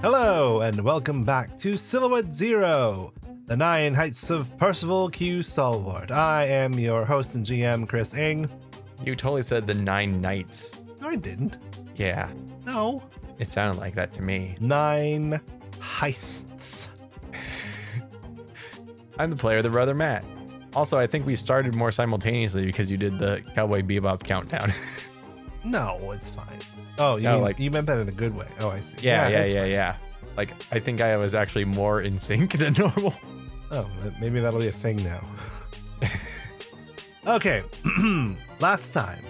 Hello, and welcome back to Silhouette Zero, the nine heights of Percival Q. Stalwart. I am your host and GM, Chris Ng. You totally said the nine knights. No, I didn't. Yeah, No. it sounded like that to me. Nine heists. I'm the player, the brother Matt. Also, I think we started more simultaneously because you did the Cowboy Bebop countdown. No, it's fine. Oh, you, No, mean, like- you meant that in a good way. Oh, I see. yeah, yeah, it's yeah, yeah, Like, I think I was actually more in sync than normal. Oh, that- maybe that'll be a thing now. okay, last time.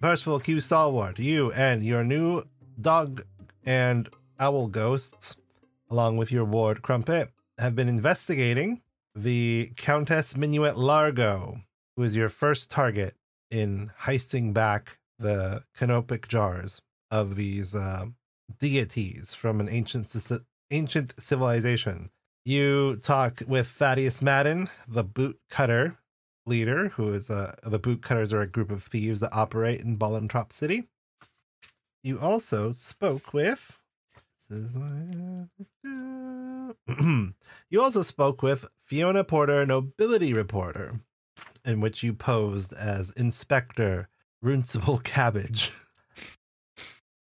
Percival Q. Stalwart, you and your new dog and owl ghosts, along with your ward Crumpet, have been investigating the Countess Minuet Largo, who is your first target in heisting back the canopic jars of these uh, deities from an ancient, civi- ancient civilization. You talk with Thaddeus Madden, the boot cutter leader, who is uh, the boot cutters are a group of thieves that operate in Ballantrop City. You also spoke with. This is my- you also spoke with Fiona Porter, nobility reporter, in which you posed as Inspector Runcible Cabbage.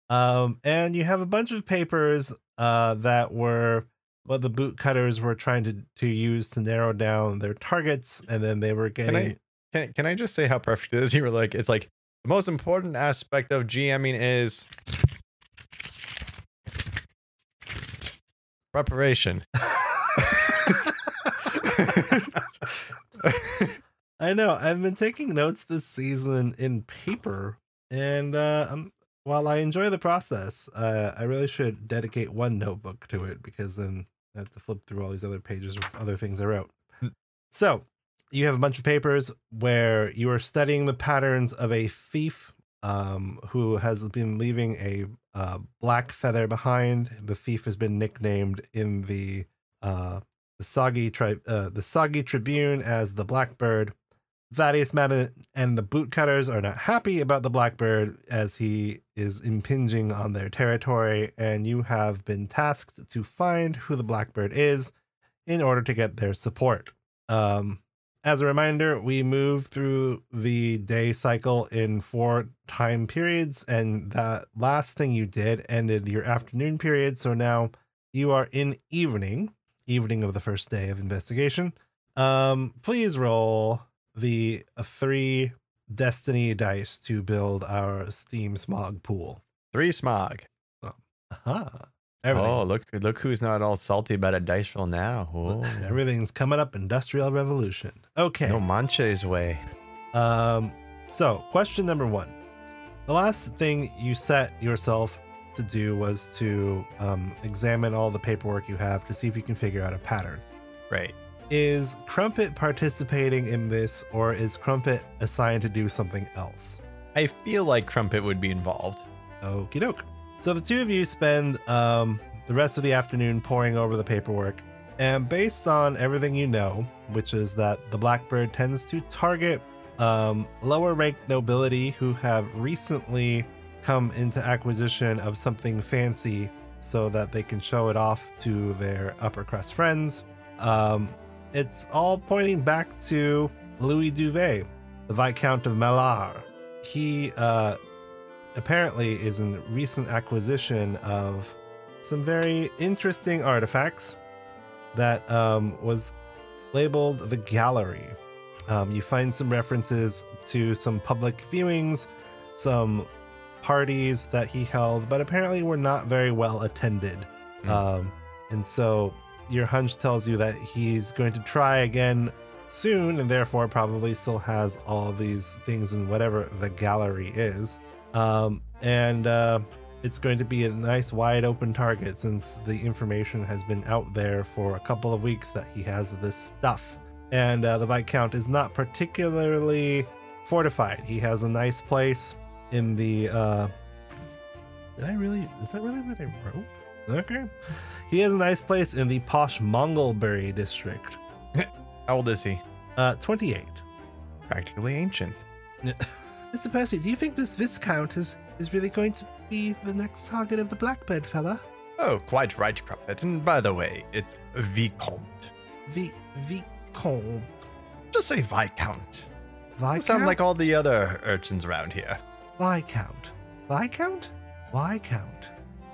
um, and you have a bunch of papers uh, that were what the boot cutters were trying to, to use to narrow down their targets, and then they were Can getting. I, can, can I just say how perfect it is? You were like, it's like the most important aspect of GMing is preparation. I know. I've been taking notes this season in paper, and uh, um, while I enjoy the process, uh, I really should dedicate one notebook to it because then I have to flip through all these other pages of other things I wrote. So, you have a bunch of papers where you are studying the patterns of a thief um, who has been leaving a uh, black feather behind. The thief has been nicknamed in the uh, the Sagi tri- uh, the Sagi Tribune as the Blackbird. Thaddeus Madden and the bootcutters are not happy about the Blackbird as he is impinging on their territory, and you have been tasked to find who the Blackbird is in order to get their support. Um, as a reminder, we move through the day cycle in four time periods, and that last thing you did ended your afternoon period, so now you are in evening evening of the first day of investigation. Um, please roll the uh, three destiny dice to build our steam smog pool. Three smog. Aha. Everything's, Oh, look look who's not all salty about a dice roll now. Oh, everything's coming up industrial revolution. Okay. no manches way. Um, so, question number one. The last thing you set yourself to do was to um, examine all the paperwork you have to see if you can figure out a pattern. Right. Is Crumpet participating in this, or is Crumpet assigned to do something else? I feel like Crumpet would be involved. Okie doke. So the two of you spend um, the rest of the afternoon poring over the paperwork, and based on everything you know, which is that the Blackbird tends to target um, lower ranked nobility who have recently come into acquisition of something fancy so that they can show it off to their upper crust friends. Um, it's all pointing back to Louis Duvet, the Viscount of Malar. He uh, apparently is in recent acquisition of some very interesting artifacts that um, was labeled the gallery. Um, you find some references to some public viewings, some parties that he held, but apparently were not very well attended. Hmm. Um, and so your hunch tells you that he's going to try again soon, and therefore probably still has all these things in whatever the gallery is um, and uh, it's going to be a nice wide open target since the information has been out there for a couple of weeks that he has this stuff and uh, the viscount is not particularly fortified he has a nice place in the uh did i really is that really where they wrote okay he has a nice place in the posh mongolberry district How old is he? uh 28 Practically ancient. mr percy do you think this viscount is is really going to be the next target of the blackbird fella Oh, quite right, Crumpet. And by the way, it's Vicomte. V Vicomte. Just say Viscount. You Viscount? sound like all the other urchins around here. Viscount. Viscount? Viscount.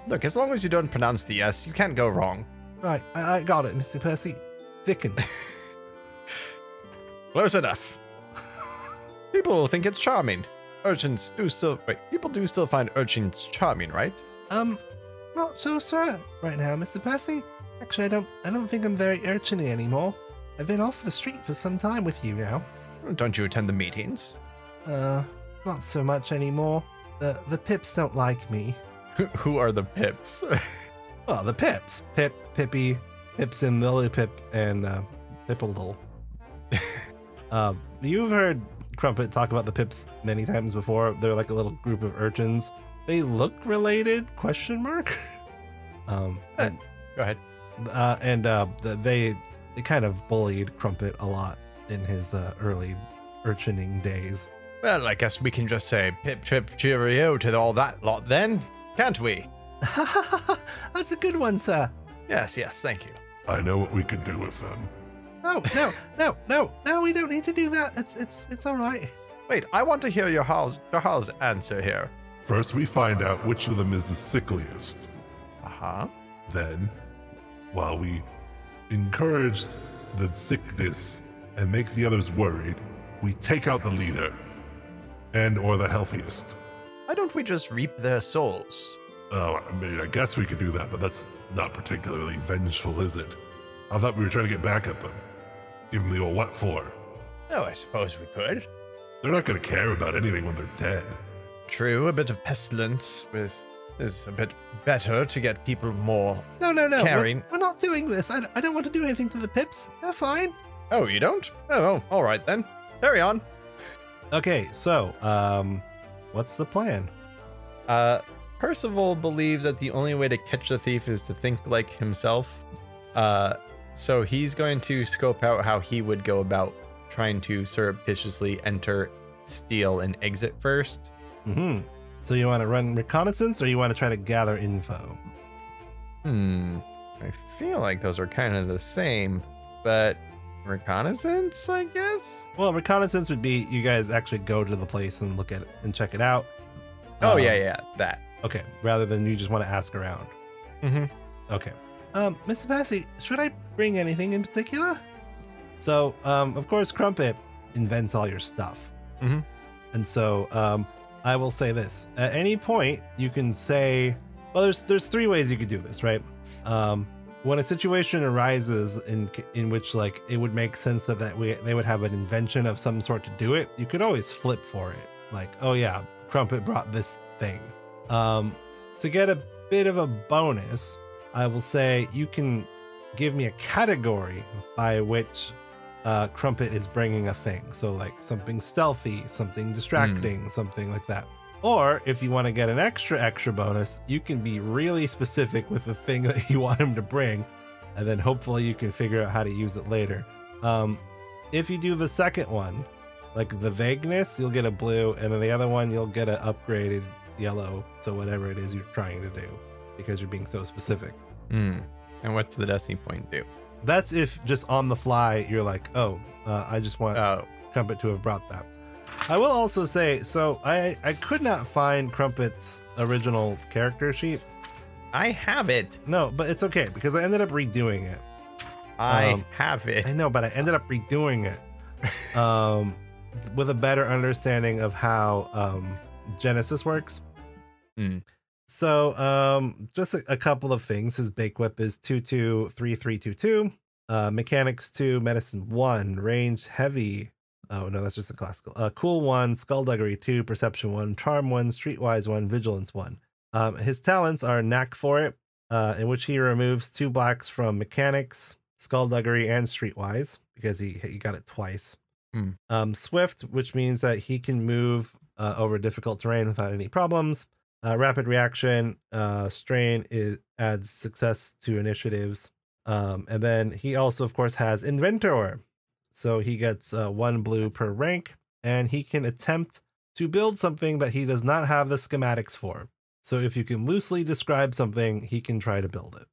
Look, as long as you don't pronounce the S, you can't go wrong. Right, I, I got it, Mr. Percy. Thicken. Close enough. people think it's charming. Urchins do still wait. People do still find urchins charming, right? um, not so sure right now, Mr. Percy. Actually, I don't. I don't think I'm very urchiny anymore. I've been off the street for some time with you now. Don't you attend the meetings? Uh, not so much anymore. The the pips don't like me. Who- Who are the pips? Well, Oh, the pips. Pip, Pippy, Pipsin, Lily Pip, and uh, Pipple. uh, you've heard Crumpet talk about the pips many times before. They're like a little group of urchins. They look related? Question mark. um, and go ahead. uh, and uh, th- they they kind of bullied Crumpet a lot in his uh, early urchining days. Well, I guess we can just say pip pip cheerio to all that lot then, can't we? That's a good one, sir. Yes, yes, thank you. I know what we could do with them. No, no, no, no, no. We don't need to do that. It's it's it's all right. Wait, I want to hear your Harl's, your Harl's answer here. First, we find out which of them is the sickliest. Uh huh. Then, while we encourage the sickness and make the others worried, we take out the leader and or the healthiest. Why don't we just reap their souls? Oh, I mean, I guess we could do that, but that's not particularly vengeful, is it? I thought we were trying to get back at them. Give them the old what for. Oh, I suppose we could. They're not going to care about anything when they're dead. True, a bit of pestilence is, is a bit better to get people more. No, no, no. we're- Karen. We're, not doing this. I, I don't want to do anything to the pips. They're fine. Oh, you don't? Oh, all right then. Carry on. Okay, so, um, what's the plan? Uh, Percival believes that the only way to catch the thief is to think like himself. Uh, so he's going to scope out how he would go about trying to surreptitiously enter, steal, and exit first. hmm So you want to run reconnaissance or you want to try to gather info? Hmm. I feel like those are kind of the same, but reconnaissance, I guess? Well, reconnaissance would be you guys actually go to the place and look at it and check it out. Oh, Um, yeah, yeah, that. Okay, rather than you just want to ask around. Mhm. Okay. Um, Mr. Passy, should I bring anything in particular? So, um, of course, Crumpet invents all your stuff. Mhm. And so, um, I will say this: at any point, you can say, "Well, there's there's three ways you could do this, right?" Um, when a situation arises in in which like it would make sense that that we they would have an invention of some sort to do it, you could always flip for it. Like, oh yeah, Crumpet brought this thing. Um, to get a bit of a bonus, I will say you can give me a category by which uh, Crumpet is bringing a thing. So, like something stealthy, something distracting, something like that. Or if you want to get an extra, extra bonus, you can be really specific with the thing that you want him to bring, and then hopefully you can figure out how to use it later. Um, if you do the second one, like the vagueness, you'll get a blue, and then the other one, you'll get an upgraded yellow to whatever it is you're trying to do because you're being so specific. Hmm. And what's the Destiny point do? That's if just on the fly you're like, oh, uh, I just want Oh, Crumpet to have brought that. I will also say, so I I could not find Crumpet's original character sheet. I have it. No, but it's okay because I ended up redoing it. I Um, have it. I know, but I ended up redoing it um, with a better understanding of how um, Genesis works. Mm. So, um, just a, a couple of things. His bake whip is 223322, uh, mechanics 2, medicine 1, range heavy. Oh, no, that's just a classical. Uh, cool 1, skullduggery 2, perception 1, charm 1, streetwise 1, vigilance 1. Um, his talents are knack for it, uh, in which he removes two blacks from mechanics, skullduggery, and streetwise because he he got it twice. Hmm. Um, swift, which means that he can move uh, over difficult terrain without any problems. Uh, rapid reaction, uh, strain is adds success to initiatives, um, and then he also, of course, has inventor, so he gets uh, one blue per rank, and he can attempt to build something that he does not have the schematics for. So if you can loosely describe something, he can try to build it.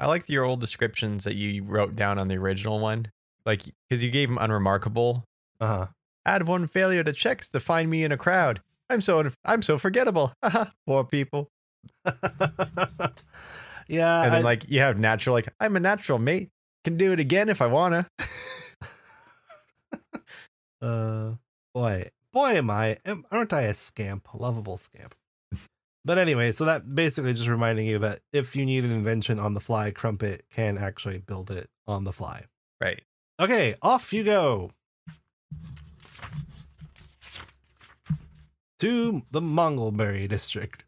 I like your old descriptions that you wrote down on the original one. Like, because you gave him unremarkable. Uh huh. Add one failure to checks to find me in a crowd. I'm so I'm so forgettable. Haha, Poor people. yeah. And then I- like you have natural, like I'm a natural mate. Can do it again if I wanna. uh, boy, boy, am I, am, aren't I a scamp, a lovable scamp? but anyway, so that basically just reminding you that if you need an invention on the fly, Crumpet can actually build it on the fly. Right. Okay, off you go. To the Mongolberry district.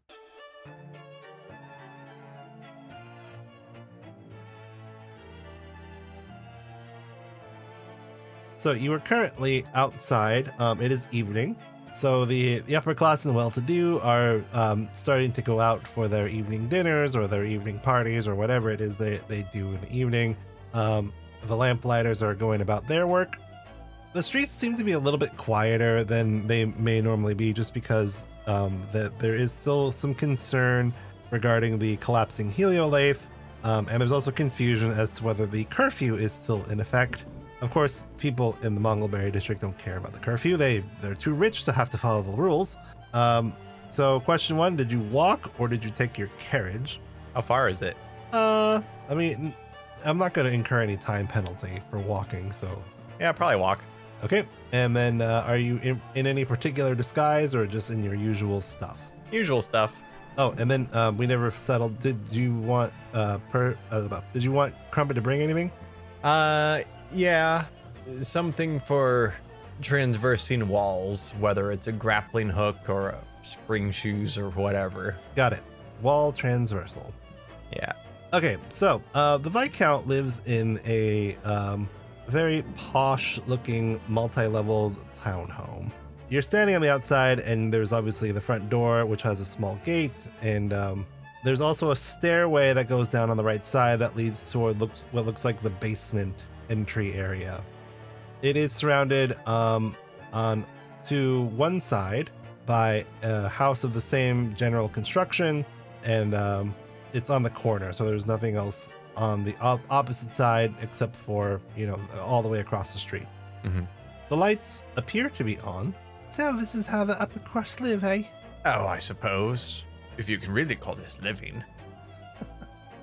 So you are currently outside. Um, it is evening. So the, the upper class and well-to-do are um, starting to go out for their evening dinners or their evening parties or whatever it is they, they do in the evening. Um, the lamplighters are going about their work. The streets seem to be a little bit quieter than they may normally be just because um, that there is still some concern regarding the collapsing heliolith. Um, and there's also confusion as to whether the curfew is still in effect. Of course, people in the Mongolberry district don't care about the curfew. They they're too rich to have to follow the rules. Um, so, question one: Did you walk or did you take your carriage? How far is it? Uh, I mean, I'm not going to incur any time penalty for walking. So, Yeah, probably walk. okay. And then, uh, are you in, in any particular disguise or just in your usual stuff? Usual stuff. Oh, and then um, we never settled. Did you want uh, per, uh did you want Crumpet to bring anything? Uh, yeah, something for transversing walls, whether it's a grappling hook or a spring shoes or whatever. Got it. Wall transversal. Yeah. Okay, so uh, the Viscount lives in a um, very posh looking multi leveled townhome. You're standing on the outside, and there's obviously the front door, which has a small gate, and um, there's also a stairway that goes down on the right side that leads toward looks, what looks like the basement entry area. It is surrounded um, on to one side by a house of the same general construction, and um, it's on the corner, so there's nothing else on the op- opposite side except for you know all the way across the street. Mhm. The lights appear to be on. So this is how the upper crust live, eh? Oh, I suppose if you can really call this living.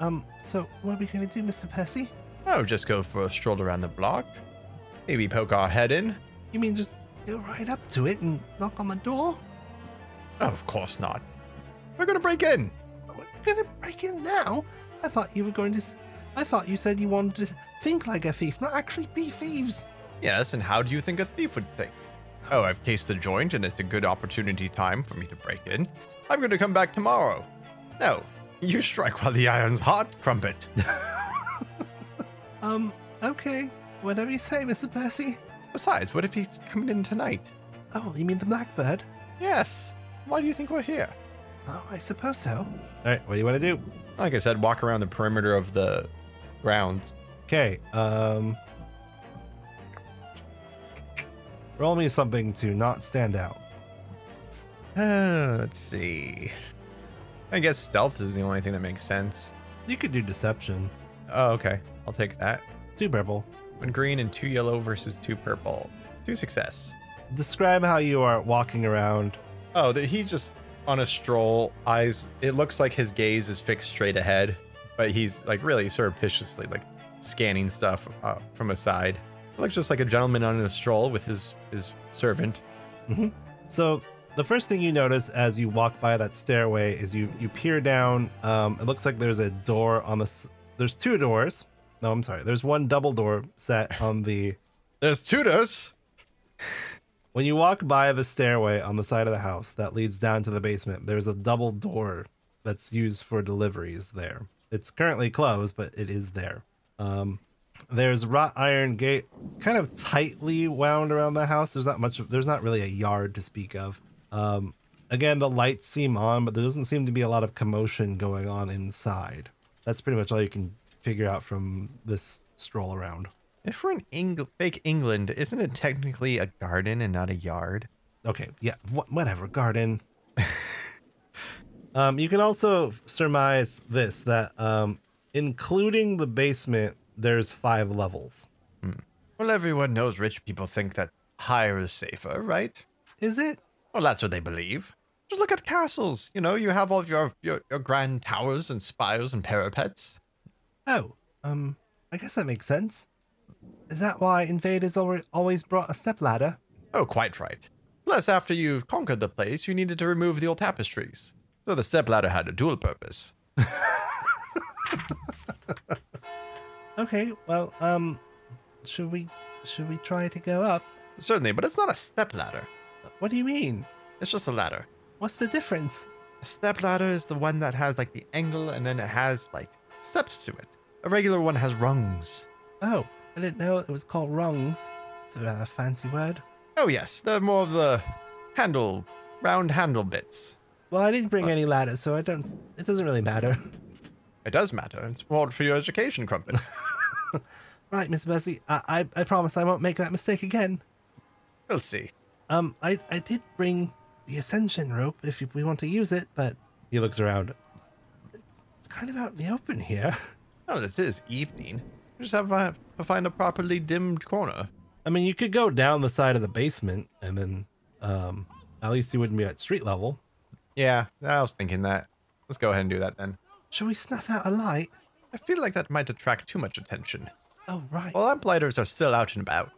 Um, so what are we gonna do, Mr. Percy? Oh, just go for a stroll around the block. Maybe poke our head in. You mean just go right up to it and knock on the door? Oh, of course not. We're gonna break in. We're gonna break in now. I thought you were going to. S- I thought you said you wanted to think like a thief, not actually be thieves. Yes, and how do you think a thief would think? Oh, I've cased the joint and it's a good opportunity time for me to break in. I'm going to come back tomorrow. No, you strike while the iron's hot, Crumpet. Um, okay. Whatever you say, Mr. Percy. Besides, what if he's coming in tonight? Oh, you mean the blackbird? Yes. Why do you think we're here? Oh, I suppose so. All right, what do you want to do? Like I said, walk around the perimeter of the grounds. Okay, um, roll me something to not stand out. Uh, let's see. I guess stealth is the only thing that makes sense. You could do deception. Oh, okay. I'll take that. Do purple. One green and two yellow versus two purple. Two success. Describe how you are walking around. Oh, that he's just on a stroll. Eyes. It looks like his gaze is fixed straight ahead, but he's like really surreptitiously like scanning stuff uh, from a side. It looks just like a gentleman on a stroll with his his servant. So the first thing you notice as you walk by that stairway is you you peer down. Um, it looks like there's a door on the. S- there's two doors. No, I'm sorry. There's one double door set on the. There's Tudors. When you walk by the stairway on the side of the house that leads down to the basement, there's a double door that's used for deliveries there. It's currently closed, but it is there. Um, there's wrought iron gate kind of tightly wound around the house. There's not much, there's not really a yard to speak of. Um, again, the lights seem on, but there doesn't seem to be a lot of commotion going on inside. That's pretty much all you can figure out from this stroll around. If we're in Eng- fake England, isn't it technically a garden and not a yard? Okay, yeah, wh- whatever, garden. Um, you can also surmise this that um, including the basement, there's five levels. Well, everyone knows rich people think that higher is safer, right? Is it? Well, that's what they believe. Just look at castles. You know, you have all of your, your, your grand towers and spires and parapets. Oh, um, I guess that makes sense. Is that why invaders alre- always brought a stepladder? Oh, quite right. Plus, after you conquered the place, you needed to remove the old tapestries. So the stepladder had a dual purpose. Okay, well, um, should we should we try to go up? Certainly, but it's not a stepladder. What do you mean? It's just a ladder. What's the difference? A stepladder is the one that has like the angle and then it has like steps to it. A regular one has rungs. Oh, I didn't know it was called rungs. It's a rather fancy word. Oh, yes, they're more of the handle, round handle bits. Well, I didn't bring any ladder, so I don't. It doesn't really matter. It does matter. It's important for your education, Crumpet. right, Miss Mercy, I, I I promise I won't make that mistake again. we'll see. Um, I I did bring the ascension rope if you- we want to use it, but he looks around. It's, it's kind of out in the open here. Oh, it is evening. You just have uh, to find a properly dimmed corner. I mean, you could go down the side of the basement, and then um, at least you wouldn't be at street level. Yeah, I was thinking that. Let's go ahead and do that then. Shall we snuff out a light? I feel like that might attract too much attention. Oh right. Well, lamplighters are still out and about.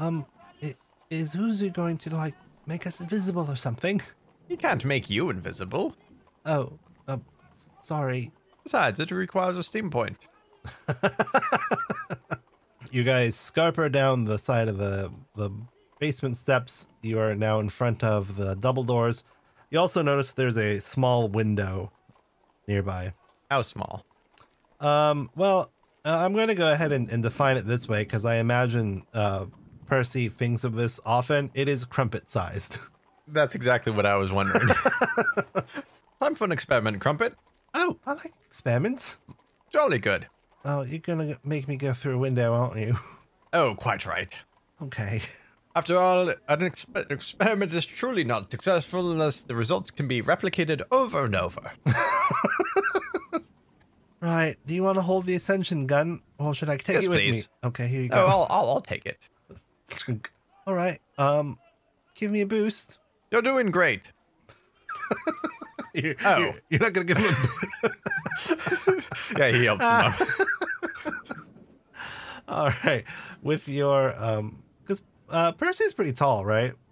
Um, i- is Uzu going to like make us invisible or something? He can't make you invisible. Oh, um, s- sorry. Besides, it requires a steam point. You guys scarper down the side of the the basement steps. You are now in front of the double doors. You also notice there's a small window nearby. How small? Um, well, uh, I'm going to go ahead and, and define it this way because I imagine uh, Percy thinks of this often. It is crumpet sized. That's exactly what I was wondering. Time for an experiment, Crumpet. Oh, I like experiments. Jolly good. Oh, you're going to make me go through a window, aren't you? Oh, quite right. Okay. After all, an expe- experiment is truly not successful unless the results can be replicated over and over. Right. Do you want to hold the ascension gun, or should I take Yes, it with please. me? Okay, here you oh, go. I'll, I'll, I'll take it. All right. Um, give me a boost. You're doing great. You're, Oh. you're, you're not gonna give him. A, Yeah, he helps him up. all right, with your um, because uh, Percy's pretty tall, right?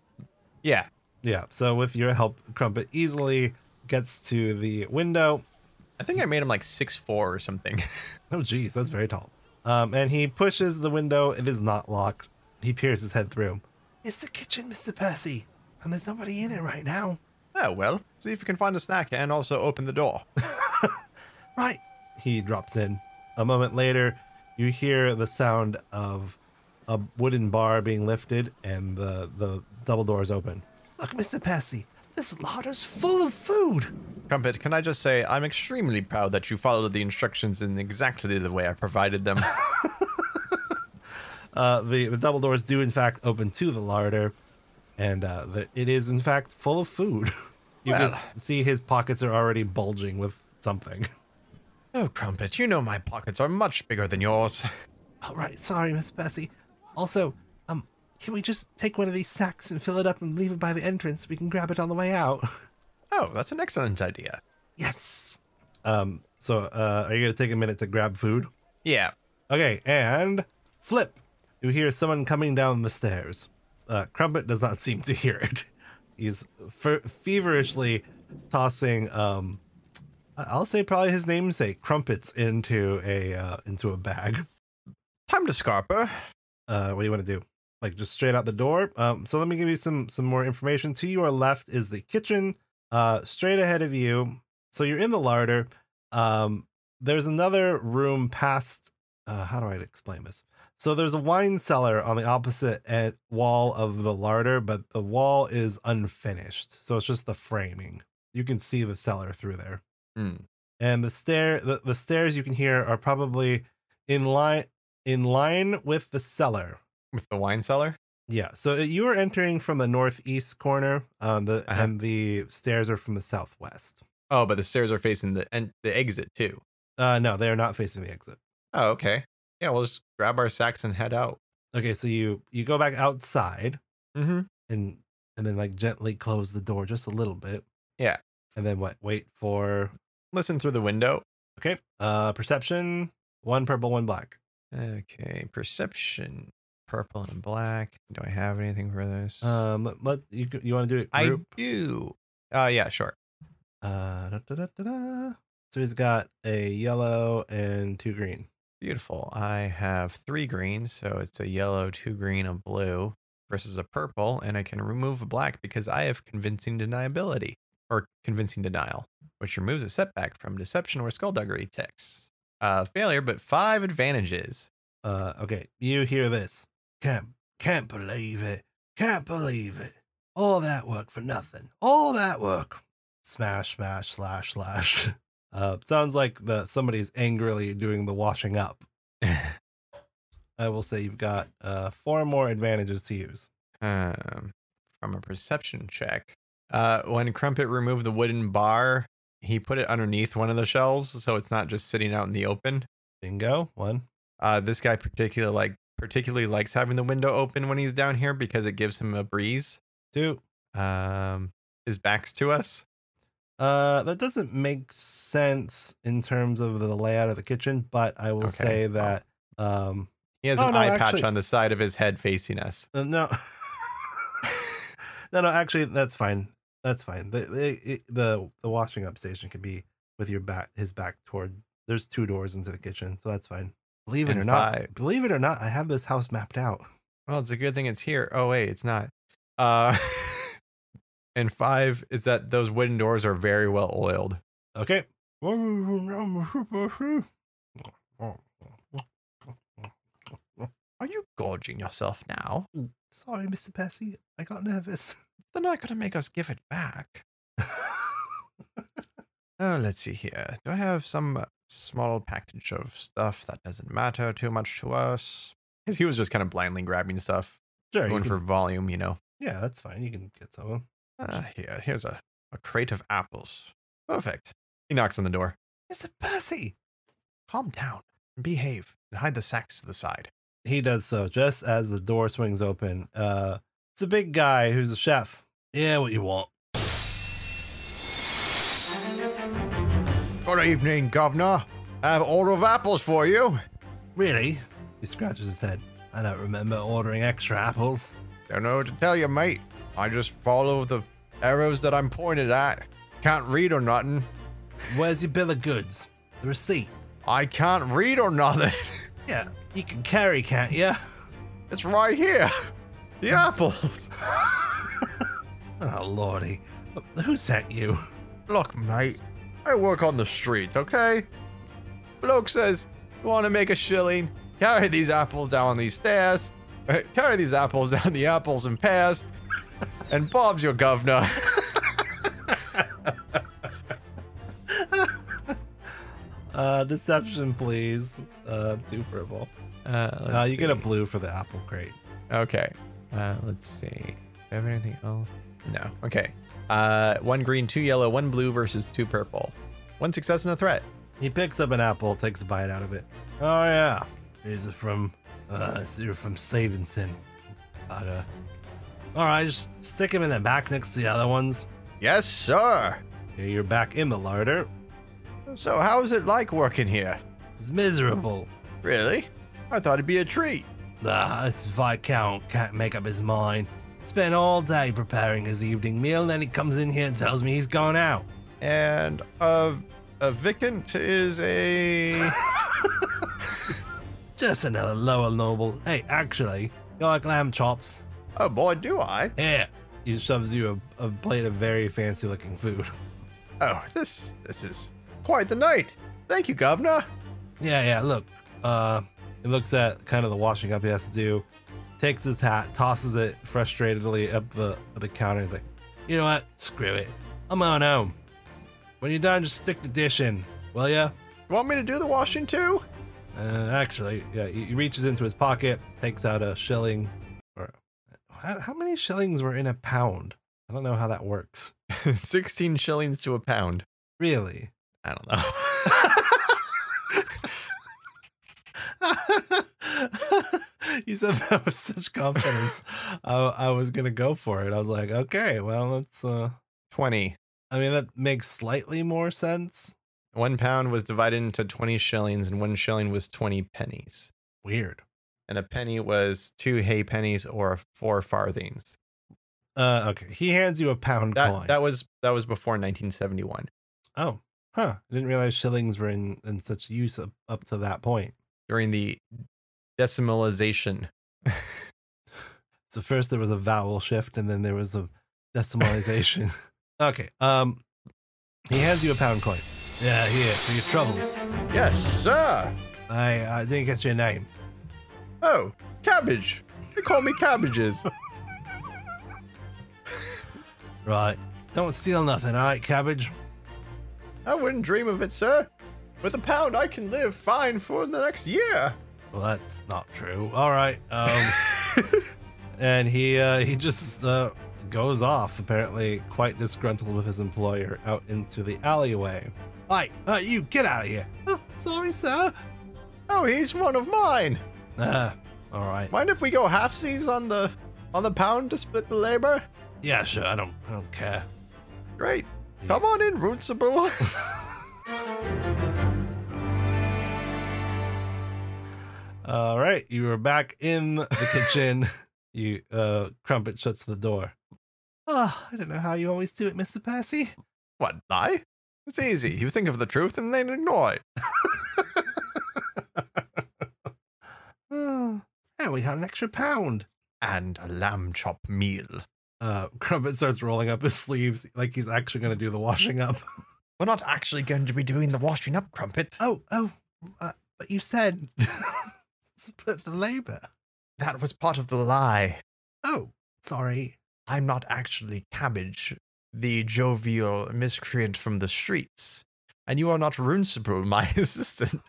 Yeah. Yeah. So with your help, Crumpet easily gets to the window. I think I made him like six four or something. Oh, geez, that's very tall. Um, and he pushes the window. It is not locked. He peers his head through. It's the kitchen, Mister Percy, and there's nobody in it right now. oh, well. See if you can find a snack and also open the door. Right. He drops in. A moment later, you hear the sound of a wooden bar being lifted and the, the double doors open. Look, Mr. Percy, this larder's full of food. Crumpet, can I just say I'm extremely proud that you followed the instructions in exactly the way I provided them. Uh, the, the double doors do, in fact, open to the larder, and uh, the, it is, in fact, full of food. You Well. can see his pockets are already bulging with something. oh, Crumpet, you know my pockets are much bigger than yours. All right, sorry, Miss Bessie. Also, um, can we just take one of these sacks and fill it up and leave it by the entrance? We can grab it on the way out. Oh, that's an excellent idea. Yes. Um. So, uh, are you gonna take a minute to grab food? Yeah. Okay, and flip. You hear someone coming down the stairs. Uh, Crumpet does not seem to hear it. He's fer- feverishly tossing. Um, I- I'll say probably his namesake crumpets into a uh, into a bag. Time to Scarper. uh, what do you want to do? Like just straight out the door. Um, so let me give you some some more information. To your left is the kitchen. Uh, straight ahead of you, so you're in the larder. Um, there's another room past. Uh, how do I explain this? So there's a wine cellar on the opposite end, wall of the larder, but the wall is unfinished, so it's just the framing. You can see the cellar through there Mm. and the stair the, the stairs you can hear are probably in line in line with the cellar With the wine cellar? yeah so uh, you are entering from the northeast corner um the Uh-huh. and the stairs are from the southwest Oh, but the stairs are facing the and the exit too. Uh, no, they are not facing the exit. Oh, okay. Yeah, we'll just grab our sacks and head out. Okay, so you you go back outside Mm-hmm. and and then like gently close the door just a little bit. Yeah. And then what? Wait for Listen through the window. okay. Uh, perception one purple, one black. Okay, perception. Purple and black. Do I have anything for this? Um, let you you want to do it? I Group? do. Uh, yeah, sure. Uh, da, da, da, da, da. So he's got a yellow and two green. Beautiful. I have three greens, so it's a yellow, two green, a blue versus a purple, and I can remove a black because I have convincing deniability or convincing denial, which removes a setback from deception or skullduggery checks. Uh, failure, but five advantages. Uh, okay, you hear this? Can't can't believe it! Can't believe it! All that work for nothing! All that work! Smash, smash, slash, slash. Uh, sounds like the somebody's angrily doing the washing up. I will say you've got uh four more advantages to use. um, from a perception check. Uh, when Crumpet removed the wooden bar, he put it underneath one of the shelves, so it's not just sitting out in the open. Bingo, one. Uh, this guy particular like particularly likes having the window open when he's down here because it gives him a breeze. Two. Um, his back's to us. Uh, that doesn't make sense in terms of the layout of the kitchen, but I will Okay. say that um He has Oh, an no, eye patch actually- on the side of his head facing us. Uh, no, no, no. Actually, that's fine. That's fine. The, the it- the the washing up station could be with your back, his back toward. There's two doors into the kitchen, so that's fine. Believe it And or five. not, believe it or not, I have this house mapped out. Well, it's a good thing it's here. Oh wait, it's not. Uh, and five is that those wooden doors are very well oiled. Okay. Are you gorging yourself now? Sorry, Mr. Percy. I got nervous. They're not going to make us give it back. Oh, let's see here. Do I have some uh, small package of stuff that doesn't matter too much to us? Because he was just kind of blindly grabbing stuff, sure. you going can- for volume, you know. yeah, that's fine. You can get some. of 'em. Uh, here, here's a, a crate of apples. Perfect. He knocks on the door. Mr. Percy. Calm down and behave and hide the sacks to the side. He does so just as the door swings open. Uh, it's a big guy who's a chef. Yeah, what you want? Good evening, Governor. I have order of apples for you. Really? He scratches his head. I don't remember ordering extra apples. Don't know what to tell you, mate. I just follow the arrows that I'm pointed at. Can't read or nothing. Where's your bill of goods? The receipt. I can't read or nothing. Yeah, you can carry, can't you? It's right here. The apples. Oh, lordy. Who sent you? Look, mate, I work on the streets, okay? Bloke says, You want to make a shilling? Carry these apples down these stairs. Uh, Carry these apples down the apples and pears. And Bob's your governor. Uh, deception, please. Uh, two purple. Uh, you get a blue for the apple crate. Okay. Uh, let's see. Do I have anything else? No. Okay. Uh, one green, two yellow, one blue versus two purple. One success and a threat. He picks up an apple, takes a bite out of it. Oh yeah, these are from uh, these are from Savinson. But, uh, all right, just stick them in the back next to the other ones. Yes, sir. Here, you're back in the larder. So, how's it like working here? It's miserable. Really? I thought it'd be a treat. Ah, this Viscount can't make up his mind. Spent all day preparing his evening meal, and then he comes in here and tells me he's gone out. And a, a Vicant is a. Just another lower noble. Hey, actually, you like lamb chops? oh boy, do I. Here. He shoves you a, a plate of very fancy looking food. Oh, this this is quite the night. Thank you, Governor. Yeah, yeah, look. Uh it looks at kind of the washing up he has to do, takes his hat, tosses it frustratedly up the up the counter and is like, you know what? Screw it. I'm going home. When you're done, just stick the dish in, will ya? You want me to do the washing too? Uh, actually, yeah, he he reaches into his pocket, takes out a shilling. Or how, how many shillings were in a pound? I don't know how that works. 16 shillings to a pound. Really? I don't know. You said that with such confidence. I, I was gonna go for it. I was like, okay, well, let's. Uh, 20. I mean, that makes slightly more sense. One pound was divided into 20 shillings, and one shilling was 20 pennies. Weird. And a penny was two hay pennies or four farthings. Uh, okay. He hands you a pound coin. That, that was that was before 1971. oh, huh. I didn't realize shillings were in, in such use up, up to that point. during the decimalization. So first there was a vowel shift, and then there was a decimalization. okay. Um, he hands you a pound coin. Yeah, here for your troubles. yes, sir. I I didn't get your name. Oh, cabbage. You call me cabbages. Right. Don't steal nothing. All right, cabbage. I wouldn't dream of it, sir. With a pound, I can live fine for the next year. Well, that's not true. All right. Um, and he uh, he just uh, goes off, apparently quite disgruntled with his employer, out into the alleyway. Hey, uh, you get out of here! "Oh, sorry, sir. Oh, he's one of mine. Uh, all right. Mind if we go halfsies on the on the pound to split the labor? Yeah, sure. I don't I don't care. Great. Come on in, Rootsable. All right, you are back in the kitchen. you uh, Crumpet shuts the door. Oh, I don't know how you always do it, Mister Percy. what lie? It's easy. You think of the truth and then ignore it. Oh, yeah, we had an extra pound. And a lamb chop meal. Uh, Crumpet starts rolling up his sleeves like he's actually going to do the washing up. We're not actually going to be doing the washing up, Crumpet. Oh, oh, uh, but you said split the labor. That was part of the lie. Oh, sorry. I'm not actually Cabbage, the jovial miscreant from the streets. And you are not Runcible, my assistant.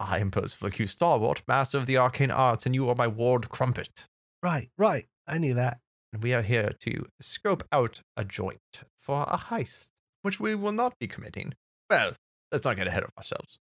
I am Percival Q. Starwart, master of the arcane arts, and you are my ward, Crumpet. Right, right. I knew that. And we are here to scope out a joint for a heist, which we will not be committing. Well, let's not get ahead of ourselves.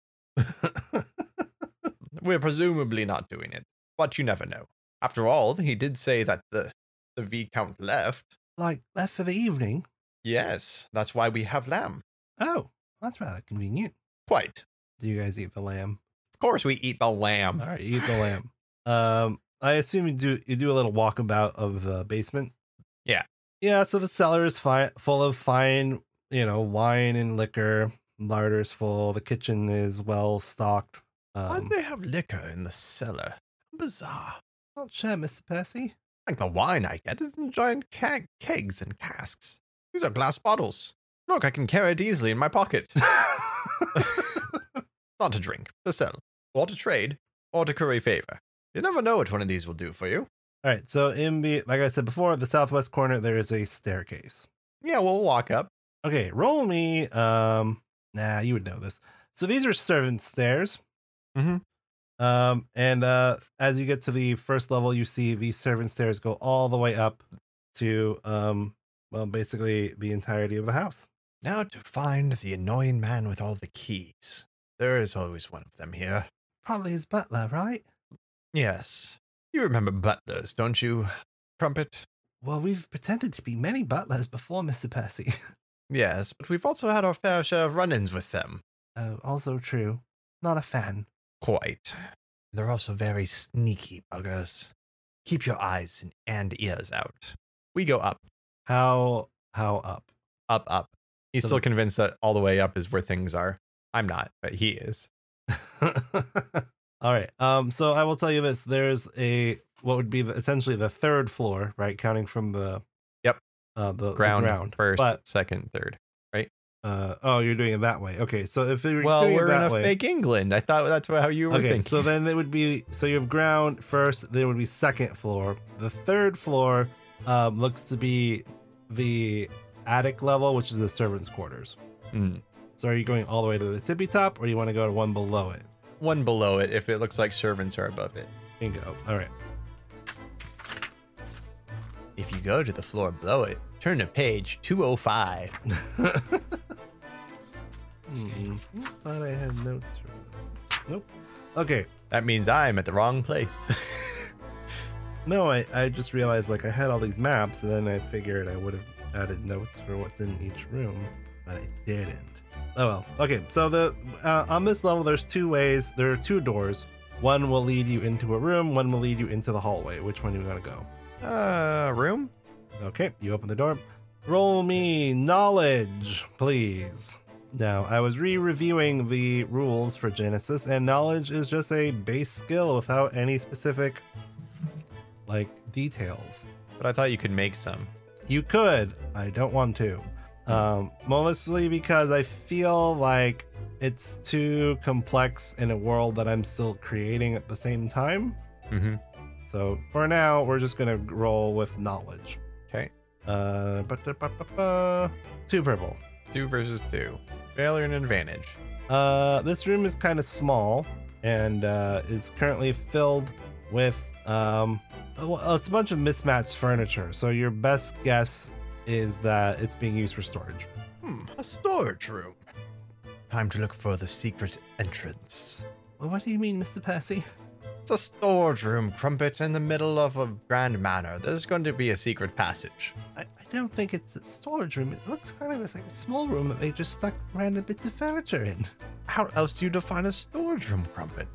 We're presumably not doing it, but you never know. After all, he did say that the, the Viscount left. Like left for the evening. Yes, that's why we have lamb. Oh, that's rather convenient. Quite. Do you guys eat the lamb? Of course, we eat the lamb. All right, you eat the lamb. Um, I assume you do you do a little walkabout of the basement. Yeah. yeah. So the cellar is fi- full of fine, you know, wine and liquor. Larder's full. The kitchen is well stocked. Um, Why'd they have liquor in the cellar? Bizarre. not sure, Mister Percy. Like the wine I get is in giant ca- kegs and casks. These are glass bottles. Look, I can carry it easily in my pocket. Not to drink, to sell, or to trade, or to curry favor. You never know what one of these will do for you. All right. So in the like I said before, the southwest corner there is a staircase. Yeah, we'll walk up. Okay, roll me. Um, nah, you would know this. So these are servant stairs. Mhm. Um, and uh, as you get to the first level, you see the servant stairs go all the way up to um, well, basically the entirety of the house. Now to find the annoying man with all the keys. There is always one of them here. Probably his butler, right? Yes. You remember butlers, don't you, Crumpet? Well, we've pretended to be many butlers before, Mister Percy. Yes, but we've also had our fair share of run ins with them. oh, also true. Not a fan. Quite. They're also very sneaky buggers. Keep your eyes and- and ears out. We go up, How how up? up, up. He's So still the- convinced that all the way up is where things are. I'm not, but he is. All right. Um, so I will tell you this: there's a what would be the, essentially the third floor, right, counting from the Yep. uh, the the Ground, ground first, But second, third. uh, oh, you're doing it that way. Okay, so if you're Well, doing we're it in that a way, fake England. I thought that's how you were okay, thinking. so then it would be so you have ground first, there would be second floor. The third floor um, looks to be the attic level, which is the servants' quarters. Mm. So are you going all the way to the tippy top, or do you want to go to one below it? One below it, if it looks like servants are above it. Bingo. All right. If oh you go to the floor below it, turn to page 205. Hmm, thought I had notes for this. Nope. Okay. That means I'm at the wrong place. No, I, I just realized like I had all these maps, and then I figured I would have added notes for what's in each room, but I didn't. Oh well. Okay, so the uh, on this level, there's two ways. There are two doors. One will lead you into a room. One will lead you into the hallway. Which one are you gonna go? Uh, room? Okay, you open the door. Roll me knowledge, please. Now, I was re reviewing the rules for Genesis, and knowledge is just a base skill without any specific, like, details. but I thought you could make some. You could. I don't want to. Um, mostly because I feel like it's too complex in a world that I'm still creating at the same time. Mm-hmm. So for now, we're just gonna roll with knowledge. Okay. Uh, ba-da-ba-ba-ba. two purple. Two versus two. Failure and advantage. Uh, this room is kind of small and uh, is currently filled with um, well, it's a bunch of mismatched furniture. So your best guess is that it's being used for storage. Hmm, a storage room. Time to look for the secret entrance. What do you mean, Mr. Percy? It's a storage room, Crumpet, in the middle of a grand manor. There's going to be a secret passage. I, I don't think it's a storage room. It looks kind of as like a small room that they just stuck random bits of furniture in. How else do you define a storage room, Crumpet?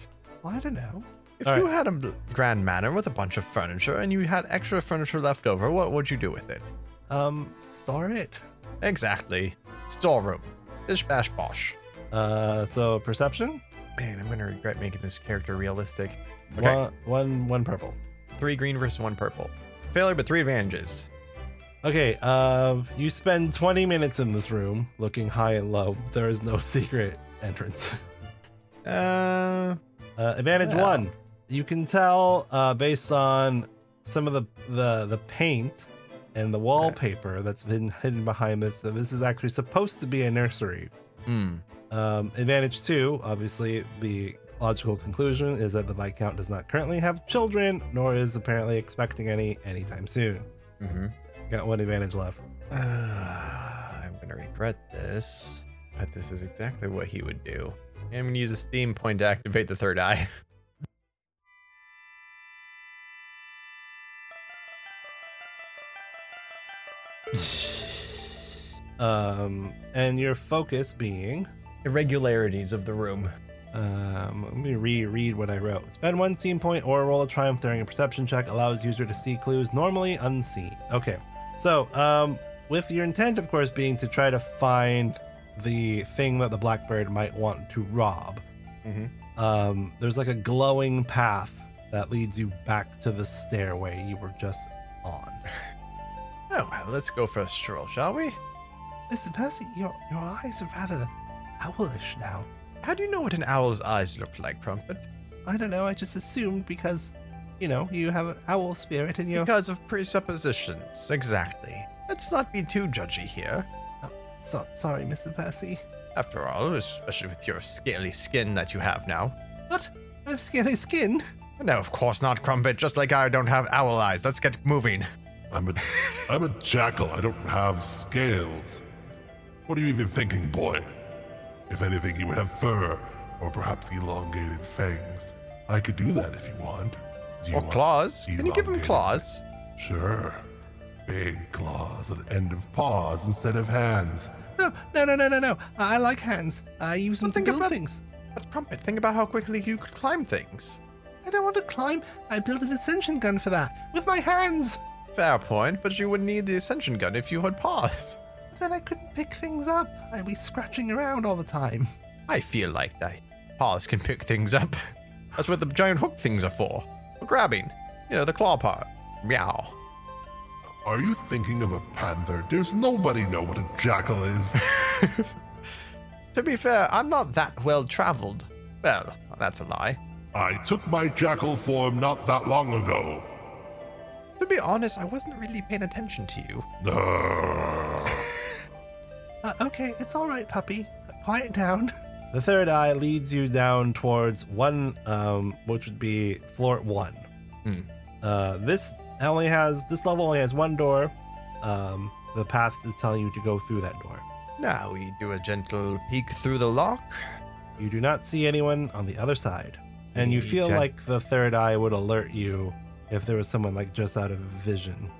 Well, I don't know. If All you had a bl- grand manor with a bunch of furniture and you had extra furniture left over, what would you do with it? Um, store it. Exactly. Storeroom. Bish bash bosh. Uh, so perception. Man, I'm gonna regret making this character realistic. Okay. One, one, one purple. Three green versus one purple. Failure, but three advantages. Okay, uh, you spend 20 minutes in this room looking high and low. There is no secret entrance. Uh, Uh, advantage Yeah. one. You can tell uh, based on some of the, the, the paint and the wallpaper that's been hidden behind this that this is actually supposed to be a nursery. hmm. Um, advantage two, obviously, the logical conclusion is that the Viscount does not currently have children, nor is apparently expecting any anytime soon. Mm-hmm. Got one advantage left. Uh, I'm gonna regret this. But this is exactly what he would do. I'm going to use a steam point to activate the third eye. Um, and your focus being Irregularities of the room. Um, let me reread what I wrote. Spend one scene point or roll a triumph during a perception check allows user to see clues normally unseen. Okay. So, um, with your intent, of course, being to try to find the thing that the blackbird might want to rob. Mhm. Um, there's like a glowing path that leads you back to the stairway you were just on. Oh well, let's go for a stroll, shall we? Mr. Percy, your your eyes are rather owlish now. How do you know what an owl's eyes look like, Crumpet? I don't know. I just assumed because, you know, you have an owl spirit and you're Because of presuppositions. Exactly. Let's not be too judgy here. So, sorry, Mr. Percy. After all, especially with your scaly skin that you have now. I have scaly skin. No, of course not, Crumpet. Just like I don't have owl eyes. Let's get moving. I'm a, I'm a jackal. I don't have scales. What are you even thinking, boy? If anything, you would have fur, or perhaps elongated fangs. I could do that if you want. Do you Or want- claws? Can you give him elongated claws? Sure. Big claws at the end of paws instead of hands. No, no, no, no, no, no. I like hands. I use them to Something build about- things. But Crumpet, think about how quickly you could climb things. I don't want to climb. I built an ascension gun for that with my hands. Fair point, but you would need the ascension gun if you had paused. Then I couldn't pick things up. I'd be scratching around all the time. I feel like that paws can pick things up. That's what the giant hook things are for. For grabbing. You know, the claw part. Meow. Are you thinking of a panther? There's nobody know what a jackal is. To be fair, I'm not that well traveled. Well, that's a lie. I took my jackal form not that long ago. To be honest, I wasn't really paying attention to you. Ugh. Uh, okay, it's all right, puppy. Quiet down. The third eye leads you down towards one, um, which would be floor one. Hmm. Uh, this only has this level only has one door. Um, the path is telling you to go through that door. Now we do a gentle peek through the lock. You do not see anyone on the other side. And you Hey, feel Jack. like the third eye would alert you if there was someone like just out of vision.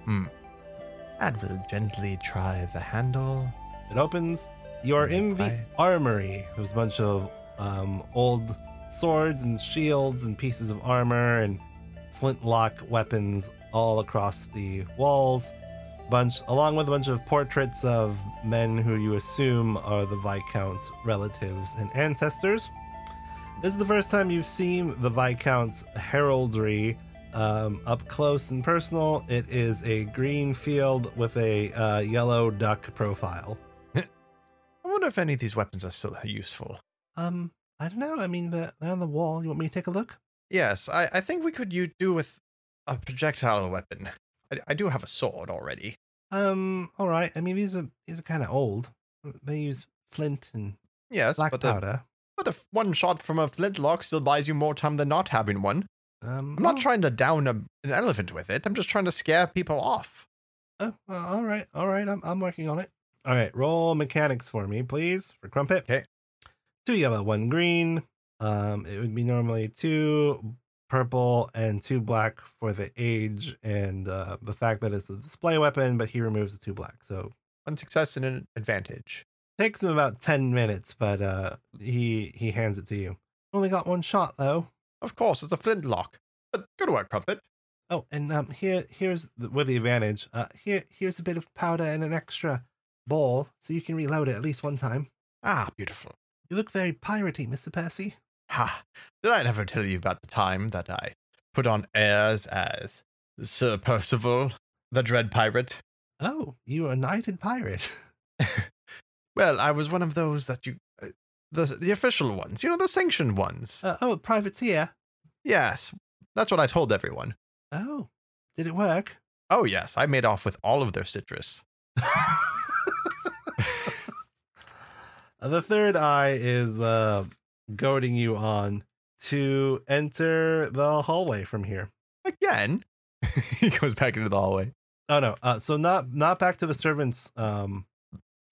And we'll gently try the handle. It opens. You are in the Okay. armory. There's a bunch of um, old swords and shields and pieces of armor and flintlock weapons all across the walls. Bunch along with a bunch of portraits of men who you assume are the Viscount's relatives and ancestors. This is the first time you've seen the Viscount's heraldry um, up close and personal. It is a green field with a uh, yellow duck profile. I wonder if any of these weapons are still useful. Um, I don't know. I mean, they're, they're on the wall. You want me to take a look? Yes, I, I think we could you do with a projectile weapon. I, I do have a sword already. Um, all right. I mean, these are these are kind of old. They use flint and Yes, black but a, powder. but a f- one shot from a flintlock still buys you more time than not having one. Um, I'm not oh, trying to down a, an elephant with it. I'm just trying to scare people off. Oh, well, all right, all right. I'm I'm working on it. All right, roll mechanics for me, please, for Crumpet. 'Kay. Two yellow, one green. Um, it would be normally two purple and two black for the age and uh, the fact that it's a display weapon, but he removes the two black. So One success and an advantage. takes him about 10 minutes but uh he he hands it to you only got one shot though Of course, it's a flintlock. But good work, Crumpet. oh and um here here's the, with the advantage uh here here's a bit of powder and an extra ball so you can reload it at least one time Ah, beautiful. you look very piratey mr percy Ha! Did I never tell you about the time that I put on airs as Sir Percival, the Dread Pirate? oh you are a knighted pirate Well, I was one of those that you. Uh, the, the official ones, you know, the sanctioned ones. uh, oh a privateer yes, that's what I told everyone. oh did it work Oh, yes, I made off with all of their citrus. Uh, the third eye is uh goading you on to enter the hallway from here Again? he goes back into the hallway. Oh no. Uh, so not not back to the servants. Um,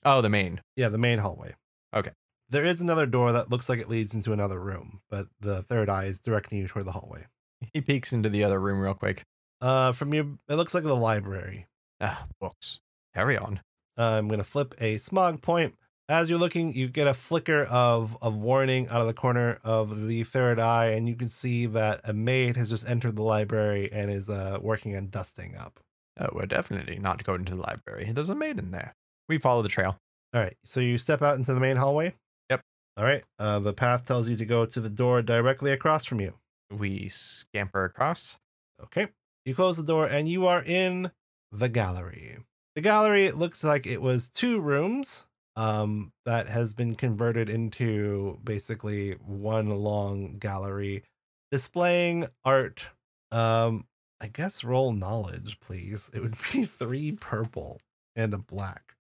Oh, the main. yeah, the main hallway. Okay. There is another door that looks like it leads into another room, but the third eye is directing you toward the hallway. He peeks into the other room real quick. Uh, from your, it looks like the library. Ah, books. Carry on. Uh, I'm gonna flip a smog point. As you're looking, you get a flicker of of warning out of the corner of the third eye, and you can see that a maid has just entered the library and is uh working on dusting up. Oh, we're definitely not going to the library. There's a maid in there. We follow the trail. All right. So you step out into the main hallway. Yep. All right. Uh, the path tells you to go to the door directly across from you. We scamper across. Okay. You close the door and you are in the gallery. The gallery looks like it was two rooms um, that has been converted into basically one long gallery displaying art. Um, I guess roll knowledge, please. It would be three purple and a black.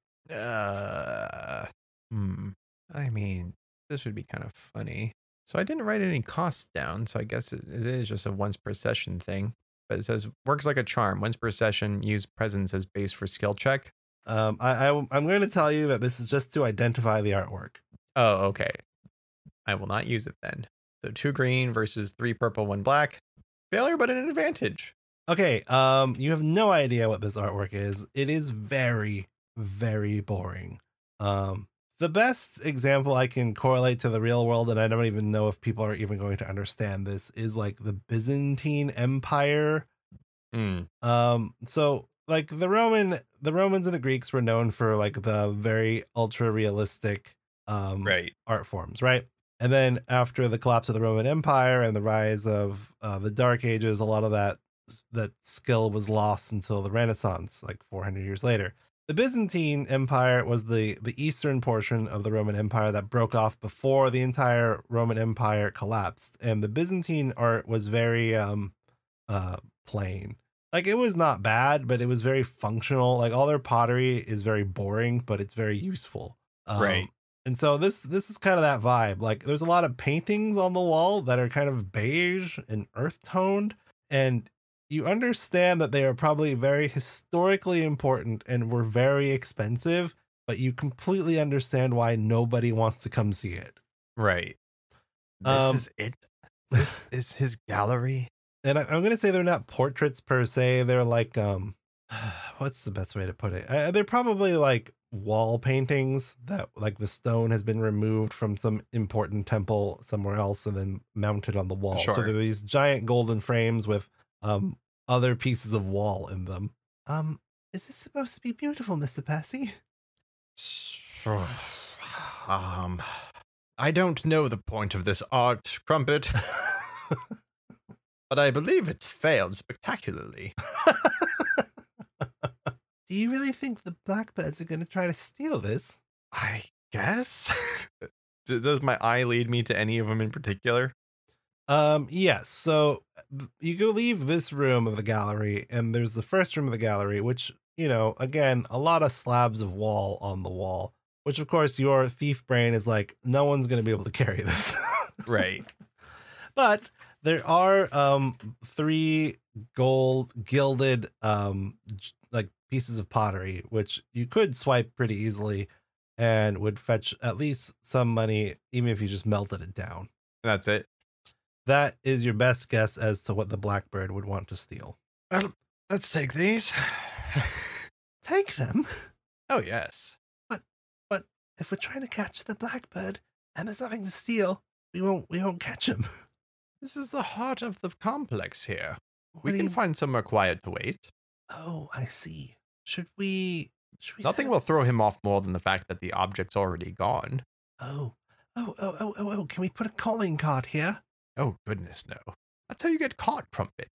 Uh, hmm. I mean, this would be kind of funny. So I didn't write any costs down. So I guess it, it is just a once per session thing. But it says works like a charm. Once per session, use presence as base for skill check. Um, I, I I'm going to tell you that this is just to identify the artwork. Oh, okay. I will not use it then. So two green versus three purple, one black. Failure, but an advantage. Okay, um, you have no idea what this artwork is. It is very, very boring. Um, the best example I can correlate to the real world, and I don't even know if people are even going to understand this, is like the Byzantine Empire Hmm. um, so like the Roman, the Romans and the Greeks were known for like the very ultra realistic, Hmm. um, Right. art forms, right? And then after the collapse of the Roman Empire and the rise of uh, the Dark Ages, a lot of that that skill was lost until the Renaissance, like 400 years later. The Byzantine Empire was the the eastern portion of the Roman Empire that broke off before the entire Roman Empire collapsed, and the Byzantine art was very um, uh, plain like it was not bad, but it was very functional. Like all their pottery is very boring, but it's very useful. Um, Right. And so this this is kind of that vibe. Like there's a lot of paintings on the wall that are kind of beige and earth toned, and you understand that they are probably very historically important and were very expensive, but you completely understand why nobody wants to come see it. Right. This Um, is it. This is his gallery. and I, I'm gonna say they're not portraits per se. They're like um, what's the best way to put it? Uh, they're probably like wall paintings that like the stone has been removed from some important temple somewhere else and then mounted on the wall. So Sure. there are these giant golden frames with um other pieces of wall in them. Um, is this supposed to be beautiful, Mister Passy? Um, I don't know the point of this art, Crumpet, but I believe it's failed spectacularly. Do you really think the blackbirds are gonna try to steal this? I guess. D- Does my eye lead me to any of them in particular? Um, yes. So uh, you go leave this room of the gallery, and there's the first room of the gallery, which, you know, again, a lot of slabs of wall on the wall, which, of course, your thief brain is like, no one's going to be able to carry this. Right. but there are um three gold gilded um j- like pieces of pottery which you could swipe pretty easily and would fetch at least some money even if you just melted it down That's it. that is your best guess as to what the blackbird would want to steal. Well, let's take these. Take them? oh, yes. If we're trying to catch the blackbird and there's nothing to steal, we won't we won't catch him. This is the heart of the complex here. What do we can you- find somewhere quiet to wait. Oh, I see. Should we should we Nothing set will up- throw him off more than the fact that the object's already gone. Oh. Oh, oh, oh, oh, oh, can we put a calling card here? Oh, goodness, no. That's how you get caught, Crumpet.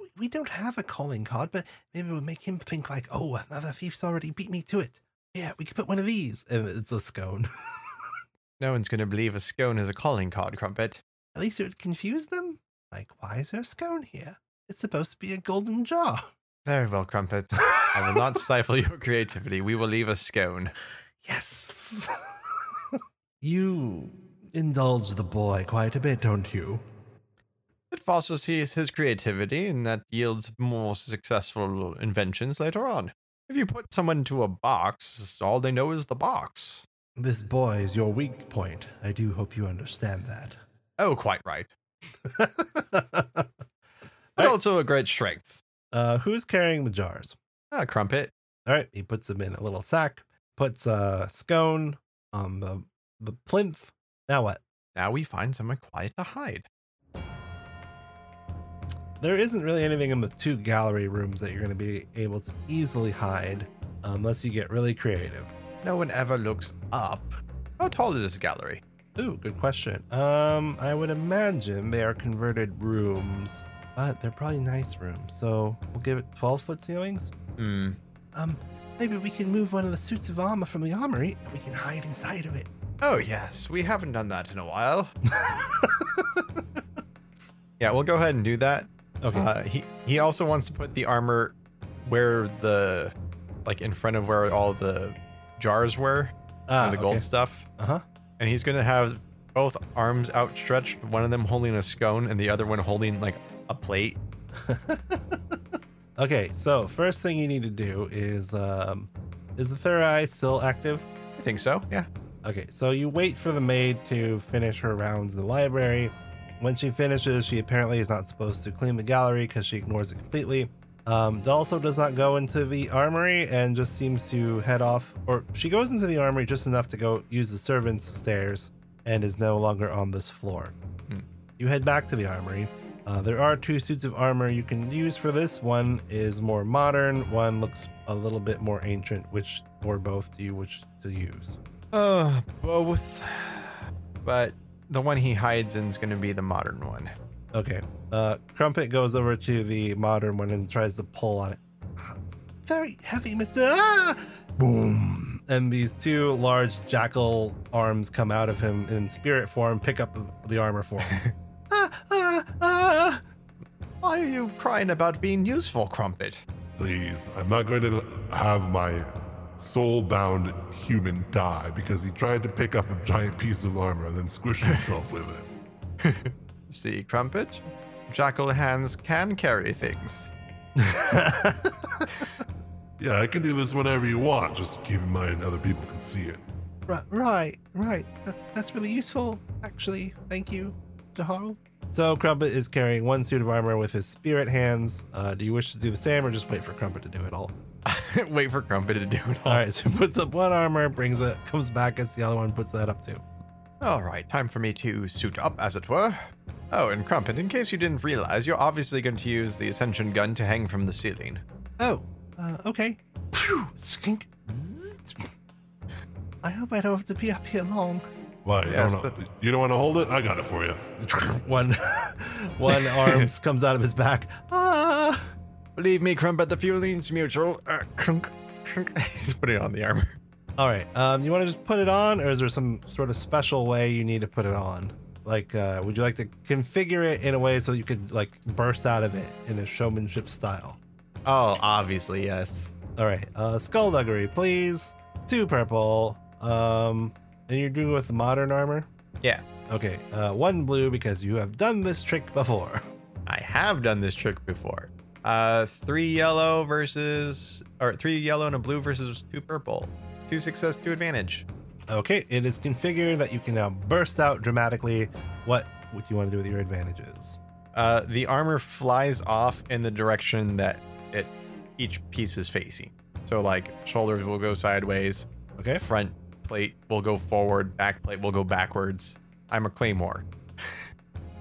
We- We don't have a calling card, but maybe we'll make him think like, oh, another thief's already beat me to it. Yeah, we could put one of these. And it's a scone. No one's going to believe a scone is a calling card, Crumpet. At least it would confuse them. Like, why is there a scone here? It's supposed to be a golden jar. Very well, Crumpet. I will not stifle your creativity. We will leave a scone. Yes. you indulge the boy quite a bit, don't you? It fosters his, his creativity, and that yields more successful inventions later on. If you put someone into a box, all they know is the box. This boy is your weak point. I do hope you understand that. Oh, quite right. But Right. also a great strength. uh, who's carrying the jars? Ah, Crumpet. All right, he puts them in a little sack, puts a scone on the, the plinth. Now what? Now we find somewhere quiet to hide. There isn't really anything in the two gallery rooms that you're going to be able to easily hide unless you get really creative. No one ever looks up. How tall is this gallery? Ooh, good question. Um, I would imagine they are converted rooms, but they're probably nice rooms. So we'll give it 12 foot ceilings. Hmm. Um, maybe we can move one of the suits of armor from the armory and we can hide inside of it. Oh, yes. We haven't done that in a while. yeah, we'll go ahead and do that. Okay. Uh, he he also wants to put the armor where the like in front of where all the jars were and the gold stuff, Uh huh. and he's gonna have both arms outstretched, one of them holding a scone and the other one holding like a plate. Okay, so first thing you need to do is um, is the third eye still active? I think so. Yeah. Okay, so you wait for the maid to finish her rounds in the library. When she finishes, she apparently is not supposed to clean the gallery because she ignores it completely. Um, also does not go into the armory and just seems to head off, or she goes into the armory just enough to go use the servants' stairs and is no longer on this floor. Hmm. You head back to the armory. Uh, there are two suits of armor you can use for this. One is more modern, one looks a little bit more ancient, which, or both, do you wish to use? Uh, both. But the one he hides in is gonna be the modern one. Okay. Uh, Crumpet goes over to the modern one and tries to pull on it. It's very heavy, Mister. Ah! Boom! And these two large jackal arms come out of him in spirit form, pick up the armor for him. ah, ah, ah. Why are you crying about being useful, Crumpet? Please, I'm not going to have my soul bound human die because he tried to pick up a giant piece of armor and then squish himself with it. See, Crumpet? Jackal hands can carry things. Yeah, I can do this whenever you want. Just keep in mind other people can see it. Right, right, right. That's that's really useful, actually. Thank you, Jahal. So Crumpet is carrying one suit of armor with his spirit hands. Uh, do you wish to do the same, or just wait for Crumpet to do it all? Wait for Crumpet to do it all. All right, so he puts up one armor, brings it, comes back, gets the other one, puts that up too. All right, time for me to suit up, as it were. Oh, and Crumpet, in case you didn't realize, you're obviously going to use the ascension gun to hang from the ceiling. Oh, uh, okay. Phew, skink. Zzzt. I hope I don't have to be up here long. Why? you Yes, don't know- you don't want to hold it? I got it for you. One, one arms comes out of his back. Ah. Believe me, Crumpet, the fueling's mutual. Uh, crunk, crunk. He's putting on the armor. All right. Um, you want to just put it on, or is there some sort of special way you need to put it on? Like, uh, would you like to configure it in a way so you could like burst out of it in a showmanship style? Oh, obviously, yes. All right. Uh, skullduggery, please. Two purple. Um, and you're doing with modern armor. Yeah. Okay. Uh, one blue because you have done this trick before. I have done this trick before. Uh, three yellow versus, or three yellow and a blue versus two purple. Two success, two advantage. Okay. It is configured that you can now burst out dramatically. What would you want to do with your advantages? Uh, the armor flies off in the direction that it each piece is facing. So like shoulders will go sideways, Okay. front plate will go forward, back plate will go backwards. I'm a claymore.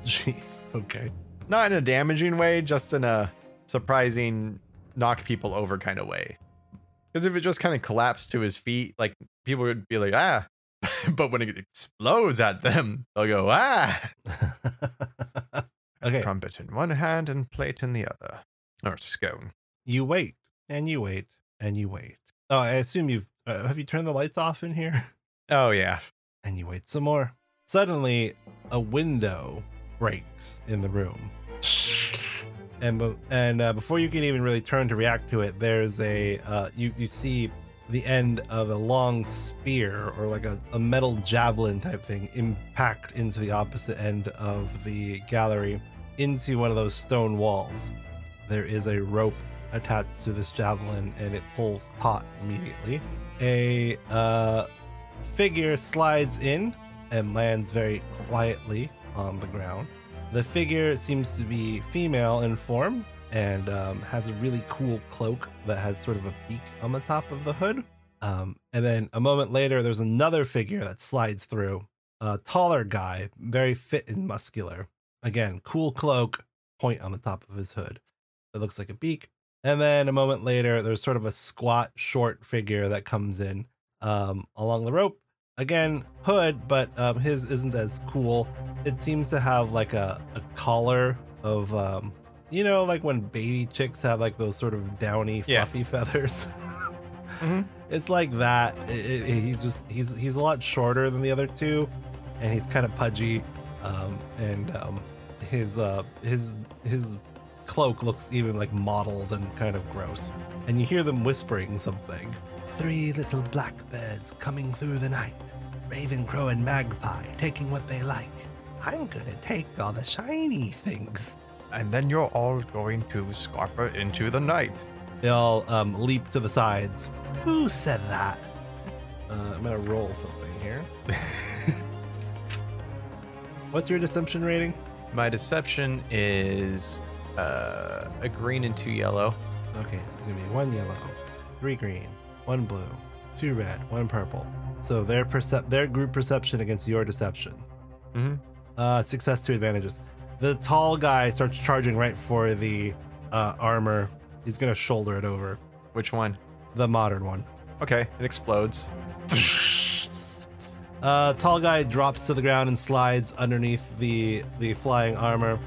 Jeez. Okay. Not in a damaging way, just in a surprising knock people over kind of way. Because if it just kind of collapsed to his feet, like people would be like, ah. but when it explodes at them, they'll go, ah. okay. Trumpet in one hand and plate in the other. Or scone. you wait and you wait and you wait. Oh, I assume you've uh, have you turned the lights off in here? Oh, yeah. And you wait some more. Suddenly, a window breaks in the room, and be- and uh, before you can even really turn to react to it, there's a uh, you you see the end of a long spear or like a, a metal javelin type thing impact into the opposite end of the gallery into one of those stone walls. There is a rope attached to this javelin and it pulls taut immediately. A uh, figure slides in and lands very quietly on the ground. The figure seems to be female in form and um, has a really cool cloak that has sort of a beak on the top of the hood. Um, and then a moment later, there's another figure that slides through. A taller guy, very fit and muscular. Again, cool cloak, point on the top of his hood that looks like a beak. And then a moment later, there's sort of a squat, short figure that comes in um, along the rope. Again, hood, but um, his isn't as cool. It seems to have like a, a collar of, um, you know, like when baby chicks have like those sort of downy, Yeah. fluffy feathers. It's like that. It, it, he just he's he's a lot shorter than the other two, and he's kind of pudgy, um, and um, his uh, his his cloak looks even like mottled and kind of gross. And you hear them whispering something. Three little blackbirds coming through the night. Raven, crow, and magpie taking what they like. I'm gonna take all the shiny things. And then you're all going to Scarpa into the night. They all um, leap to the sides. Who said that? Uh, I'm gonna roll something here. What's your deception rating? My deception is uh, a green and two yellow. Okay, so it's gonna be one yellow, three green, one blue, two red, one purple. So their percep- their group perception against your deception. Mhm. Uh, success to advantages. The tall guy starts charging right for the uh, armor. He's gonna shoulder it over Which one? the modern one. Okay, it explodes. Uh, tall guy drops to the ground and slides underneath the the flying armor.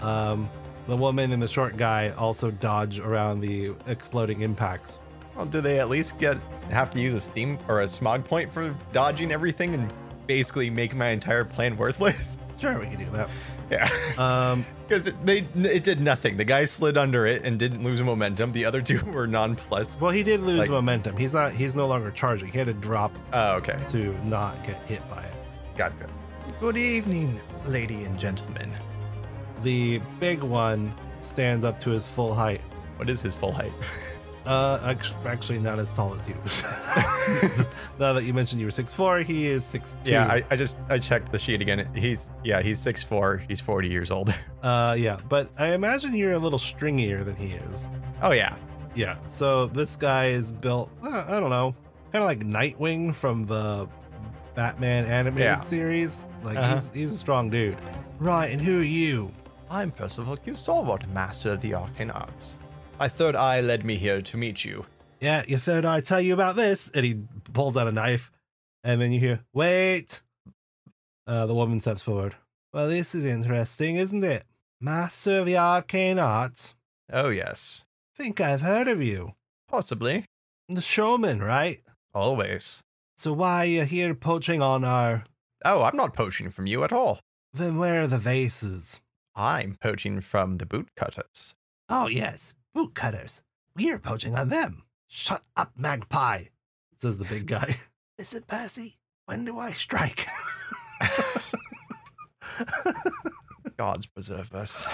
Um, the woman and the short guy also dodge around the exploding impacts. Well, do they at least get have to use a steam or a smog point for dodging everything and basically make my entire plan worthless? Sure, we can do that. yeah, Um, because it, they it did nothing. The guy slid under it and didn't lose momentum. The other two were nonplussed. well, he did lose Like- momentum. He's not. He's no longer charging. He had to drop Oh, okay, to not get hit by it. gotcha. Good evening, lady and gentlemen. The big one stands up to his full height. What is his full height? Uh, act- actually, not as tall as you. now that you mentioned you were six four, he is six two. Yeah, I, I just I checked the sheet again. He's yeah, he's six four. He's forty years old. uh, yeah, but I imagine you're a little stringier than he is. Oh yeah, Yeah. So this guy is built. Uh, I don't know, kind of like Nightwing from the Batman animated Yeah. series. Like Uh-huh. he's he's a strong dude. Right. And who are you? I'm Percival Q. Stalwart, master of the arcane arts. My third eye led me here to meet you. Yeah, your third eye tell you about this, and he pulls out a knife, and then you hear, "Wait!" Uh, the woman steps forward. Well, this is interesting, isn't it? Master of the arcane arts. Oh, yes. Think I've heard of you. Possibly. The showman, right? Always. So why are you here poaching on our? Oh, I'm not poaching from you at all. Then where are the vases? I'm poaching from the bootcutters. Oh yes, bootcutters. We are poaching on them. Shut up, magpie," says the big guy. Listen, Percy. When do I strike? Gods preserve us.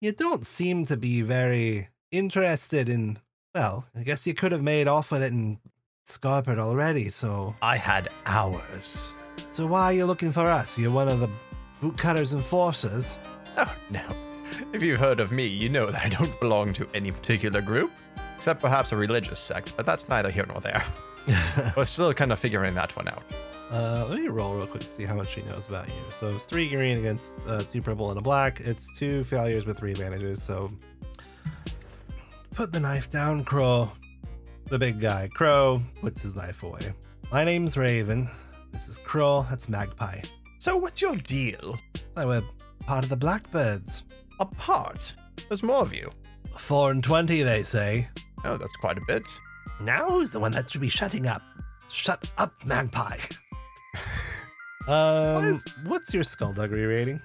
You don't seem to be very interested in. Well, I guess you could have made off with it in Scarpet already, so. I had hours. So why are you looking for us? You're one of the bootcutters enforcers. Oh, no. If you've heard of me, you know that I don't belong to any particular group, except perhaps a religious sect, but that's neither here nor there. We're still kind of figuring that one out. Uh, let me roll real quick to see how much she knows about you. So it's three green against uh, two purple and a black. It's two failures with three advantages. So put the knife down, Crow. The big guy, Crow, puts his knife away. My name's Raven. This is Crow. That's Magpie. So, what's your deal? They were part of the Blackbirds. Apart? There's more of you. Four and twenty, they say. Oh, that's quite a bit. Now who's the one that should be shutting up? Shut up, Magpie. um, is- what's your skullduggery rating?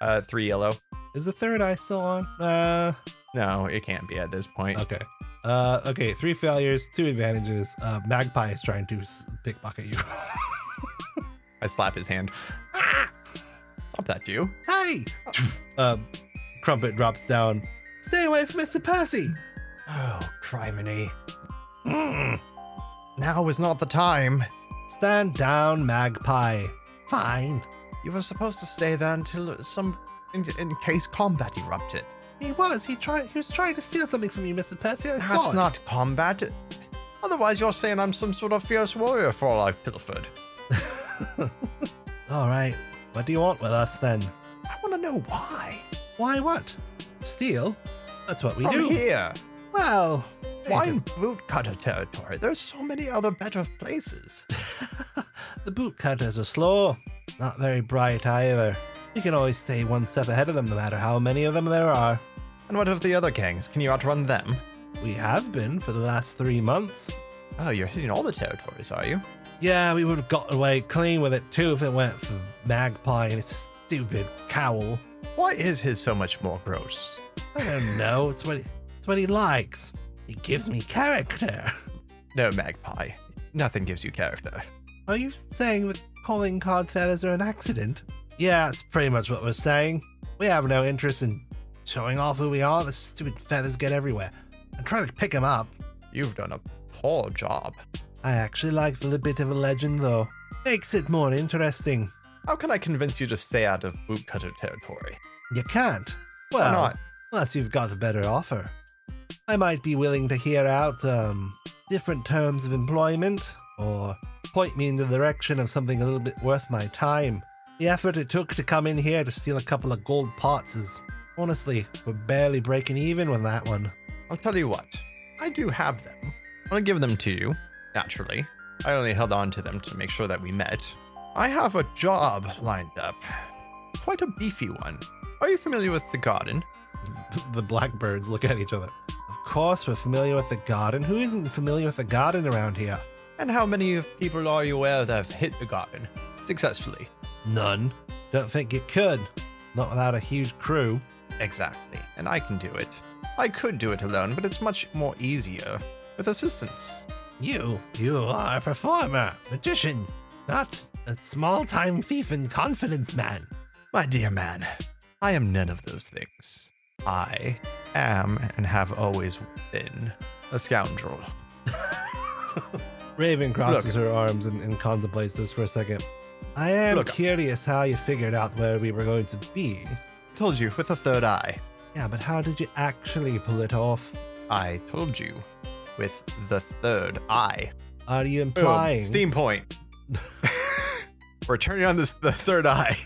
uh, three yellow. Is the third eye still on? Uh, No, it can't be at this point. okay. Uh, okay, three failures, two advantages. Uh, Magpie is trying to s- pickpocket you. I slap his hand. Stop that, you. hey! uh, Crumpet drops down. Stay away from Mr. Percy! Hmm. Oh, criminy. Now is not the time. Stand down, Magpie. Fine. You were supposed to stay there until some. in, in case combat erupted. He was. He tried. He was trying to steal something from you, Mr. Percy. I saw That's it. not combat. Otherwise, you're saying I'm some sort of fierce warrior for all I've pilfered. All right. What do you want with us then? I want to know why. Why what? Steal? That's what we From do. here, Well, why in bootcutter territory? There's so many other better places. the bootcutters are slow. Not very bright either. You can always stay one step ahead of them, no matter how many of them there are. And what of the other gangs? Can you outrun them? We have been for the last three months. Oh, you're hitting all the territories, are you? Yeah, we would have got away clean with it too if it weren't for Magpie and his stupid cowl. Why is his so much more gross? I don't know. It's what it's what he likes. He gives me character. No, Magpie. Nothing gives you character. Are you saying that calling card feathers are an accident? Yeah, that's pretty much what we're saying. We have no interest in showing off who we are. The stupid feathers get everywhere. I'm trying to pick 'em up. You've done a poor job. I actually like the bit of a legend, though. Makes it more interesting. How can I convince you to stay out of bootcutter territory? You can't. Well, Why not? unless you've got a better offer. I might be willing to hear out um, different terms of employment or point me in the direction of something a little bit worth my time. The effort it took to come in here to steal a couple of gold pots is honestly, we're barely breaking even with that one. I'll tell you what. I do have them. i will give them to you, naturally. I only held on to them to make sure that we met. I have a job lined up. Quite a beefy one. Are you familiar with the garden? The blackbirds look at each other. Of course, we're familiar with the garden. Who isn't familiar with the garden around here? And how many of people are you aware that have hit the garden successfully? None. Don't think you could. Not without a huge crew. Exactly. And I can do it. I could do it alone, but it's much more easier with assistance. You, you are a performer, magician, not a small time thief and confidence man. My dear man, I am none of those things. I am and have always been a scoundrel. Raven crosses Look. her arms and, and contemplates this for a second. I am Look. curious how you figured out where we were going to be. Told you with a third eye. Yeah, but how did you actually pull it off? I told you with the third eye. Are you Boom. implying? Steam point. We're turning on this the third eye.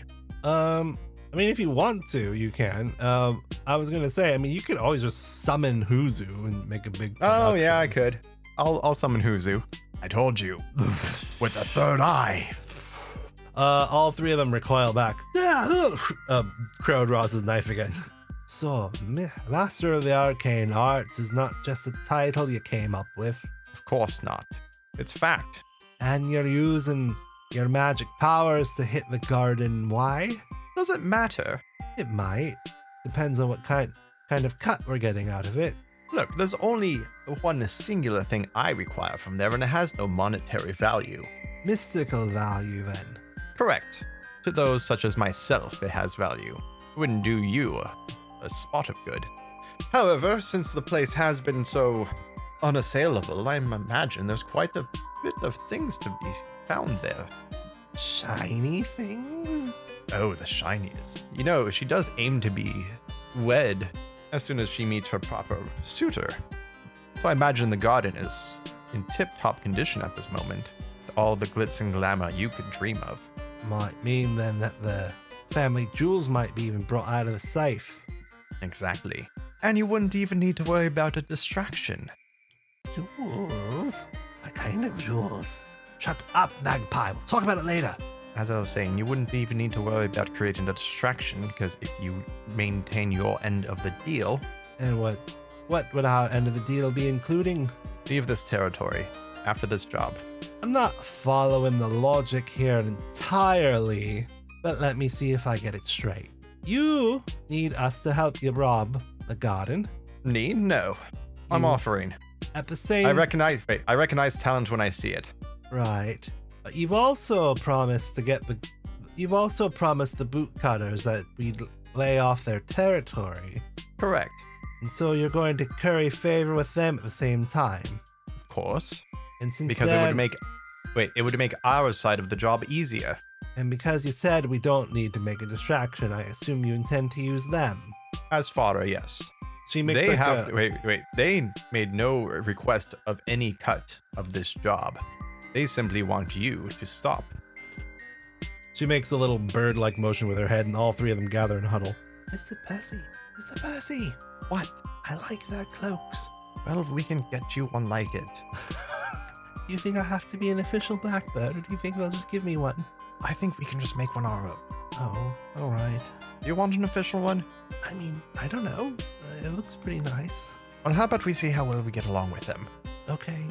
Um, I mean, if you want to, you can. Um, I was gonna say, I mean, you could always just summon Huzu and make a big. Oh yeah, I production. could. I'll I'll summon Huzu. I told you with the third eye. Uh, all three of them recoil back. Yeah, uh, Crow draws his knife again. So, Ma- Master of the Arcane Arts is not just a title you came up with, Of course not. It's fact. and you're using your magic powers to hit the garden. Why? Doesn't matter. It might. Depends on what kind kind of cut we're getting out of it. Look, there's only one singular thing I require from there, and it has no monetary value. Mystical value, then. Correct. To those such as myself, it has value. It wouldn't do you a, a spot of good. However, since the place has been so unassailable, I imagine there's quite a bit of things to be found there. Shiny things. Oh, the shininess. You know, she does aim to be wed as soon as she meets her proper suitor. So I imagine the garden is in tip top condition at this moment, with all the glitz and glamour you could dream of. might mean then that the family jewels might be even brought out of the safe. Exactly. And you wouldn't even need to worry about a distraction. Jewels? What kind of jewels? Shut up, magpie. We'll talk about it later. As I was saying, you wouldn't even need to worry about creating a distraction because if you maintain your end of the deal, And what what would our end of the deal be including? leave this territory after this job. I'm not following the logic here entirely, but let me see if I get it straight. You need us to help you rob the garden. Need? No. I'm You- offering. At the same I recognize wait, I recognize talent when I see it. Right. But you've also promised to get the. You've also promised the bootcutters that we'd lay off their territory. Correct. And so you're going to curry favor with them at the same time. Of course. And since Because it then, would make wait, it would make our side of the job easier. and because you said we don't need to make a distraction, I assume you intend to use them. As fodder, yes. She makes they like have a- wait wait they made no request of any cut of this job they simply want you to stop She makes a little bird like motion with her head, and all three of them gather and huddle. Mr. Percy, Mr. Percy, what I like their cloaks. well we can get you one like it You think I have to be an official blackbird, or do you think they'll just give me one? i think we can just make one our own Oh, all right. you want an official one I mean, I don't know. Uh, It looks pretty nice. well how about we see how well we get along with them Okay.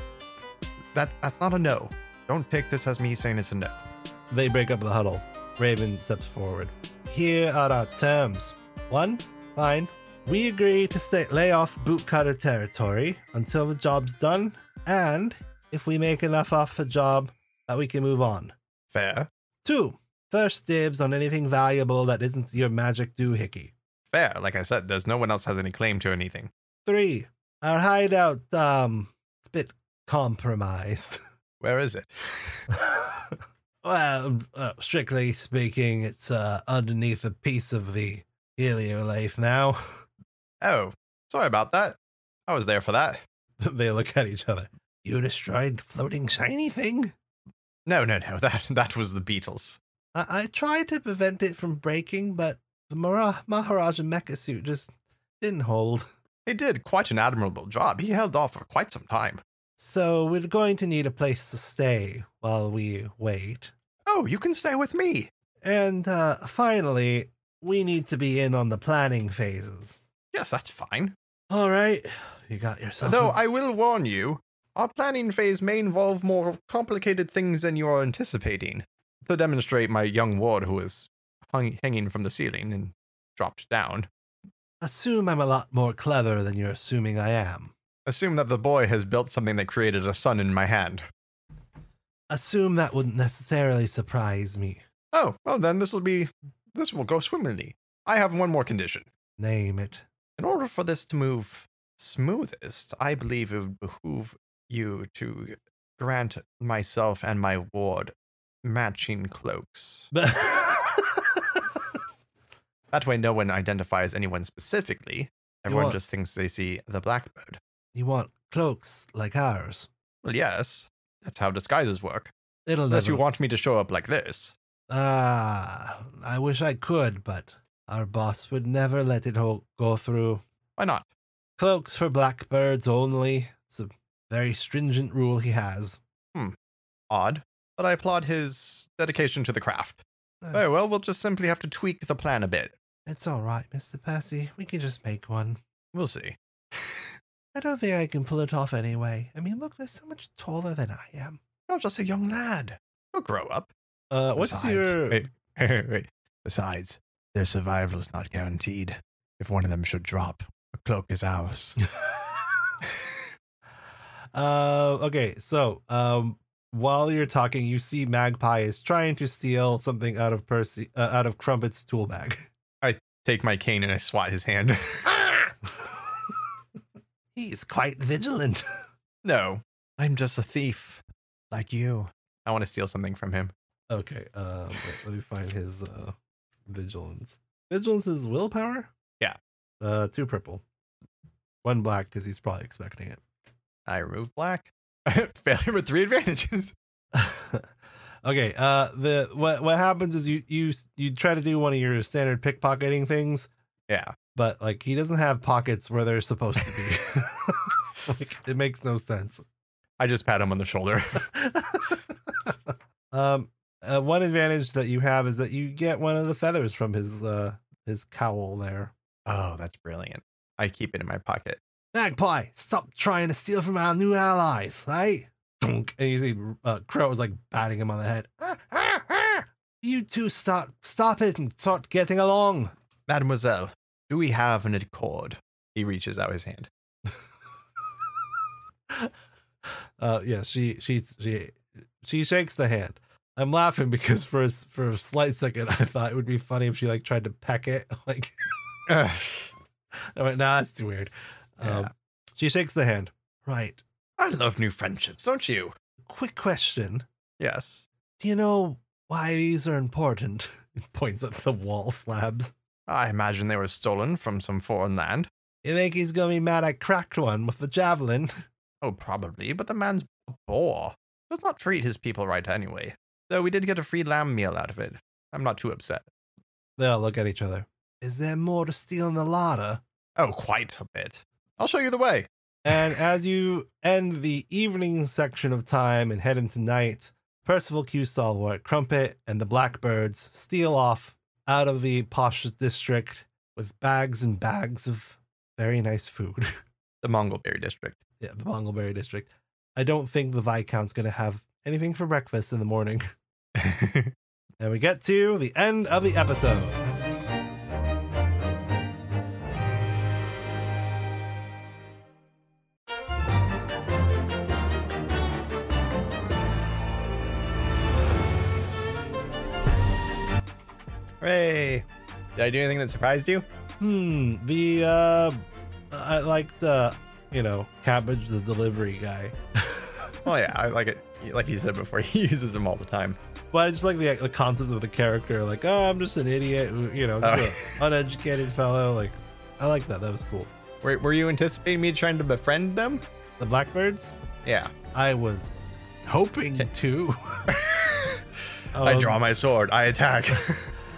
that that's not a no don't take this as me saying it's a no They break up the huddle. Raven steps forward. Here are our terms. One, fine. We agree to stay, lay off bootcutter territory until the job's done, and if we make enough off the job that we can move on. fair Two, first dibs on anything valuable that isn't your magic doohickey. fair like i said there's no one else has any claim to anything Three, our hideout, um, it's a bit compromised. where is it well, uh, strictly speaking, it's uh, underneath a piece of the heliolife now. oh sorry about that i was there for that they look at each other. You destroyed floating shiny thing? no no no that that was the beatles I, I tried to prevent it from breaking, but the Mara- Maharaja mecha suit just didn't hold. He did quite an admirable job. He held off for quite some time. So we're going to need a place to stay while we wait. Oh, you can stay with me. And uh, finally, we need to be in on the planning phases. Yes, that's fine. All right, you got yourself. Though a- I will warn you, our planning phase may involve more complicated things than you are anticipating. To demonstrate my young ward who was hung, hanging from the ceiling and dropped down, Assume I'm a lot more clever than you're assuming I am. assume that the boy has built something that created a sun in my hand. Assume that wouldn't necessarily surprise me. Oh, well then this will be this will go swimmingly. I have one more condition. Name it. In order order for this to move smoothest, I believe it would behoove you to grant myself and my ward matching cloaks. But That way, no one identifies anyone specifically. Everyone want- just thinks they see the blackbird. you want cloaks like ours. Well, yes, that's how disguises work. It'll Unless never. you want me to show up like this. Ah, I wish I could, but our boss would never let it all go through. Why not? Cloaks for blackbirds only. It's a very stringent rule he has. Odd, but I applaud his dedication to the craft. Very well, we'll just simply have to tweak the plan a bit. It's all right, Mr. Percy. We can just make one. We'll see. I don't think I can pull it off anyway. I mean, look, they're so much taller than I am. You're just a young lad. You'll grow up. Uh, what's Besides- your? Wait, wait, wait. Besides, their survival is not guaranteed. If one of them should drop, a cloak is ours. Uh, okay, so um, while you're talking, you see Magpie is trying to steal something out of Percy, uh, out of Crumpet's tool bag. Take my cane and I swat his hand. Ah! He's quite vigilant. no, I'm just a thief, like you. I want to steal something from him. Okay, um, wait, let me find his uh, vigilance. Vigilance is willpower. Yeah. Uh, two purple, one black because he's probably expecting it. I remove black. Failure with three advantages. okay. Uh, the what what happens is you you you try to do one of your standard pickpocketing things, Yeah. but like he doesn't have pockets where they're supposed to be. like, it makes no sense. I just pat him on the shoulder. um, uh, one advantage that you have is that you get one of the feathers from his uh his cowl there. oh, that's brilliant. I keep it in my pocket. Magpie, stop trying to steal from our new allies, right? Dunk. And you see uh, Crow is like batting him on the head. Ah, ah, ah. You two start stop it and start getting along. Mademoiselle, do we have an accord? He reaches out his hand. Uh, yeah, she she she she shakes the hand. I'm laughing because for a, s- for a slight second I thought it would be funny if she like tried to peck it. Like I went, nah, that's too weird. Um, Yeah. she shakes the hand. Right. I love new friendships, don't you? Quick question. Yes. Do you know why these are important? It points at the wall slabs. I imagine they were stolen from some foreign land. You think he's gonna be mad I cracked one with the javelin? Oh, probably, but the man's a bore. Does not treat his people right anyway. Though we did get a free lamb meal out of it. I'm not too upset. They all look at each other. Is there more to steal in the larder? Oh, quite a bit. I'll show you the way. And as you end the evening section of time and head into night, Percival Q. Stalwart, Crumpet, and the Blackbirds steal off out of the posh district with bags and bags of very nice food. The Mongolberry District. yeah, the Bongleberry district. I don't think the Viscount's going to have anything for breakfast in the morning. and we get to the end of the episode. Hooray! Did I do anything that surprised you? Hmm. The uh, I liked uh, you know, Cabbage the delivery guy, Oh yeah, I like it. Like he said before, he uses them all the time. but I just like the the concept of the character. Like, oh, I'm just an idiot, who- you know, just an uneducated fellow. Like, I like that. That was cool. Were, were you anticipating me trying to befriend them? The Blackbirds. Yeah. I was hoping to. I was- draw my sword. I attack.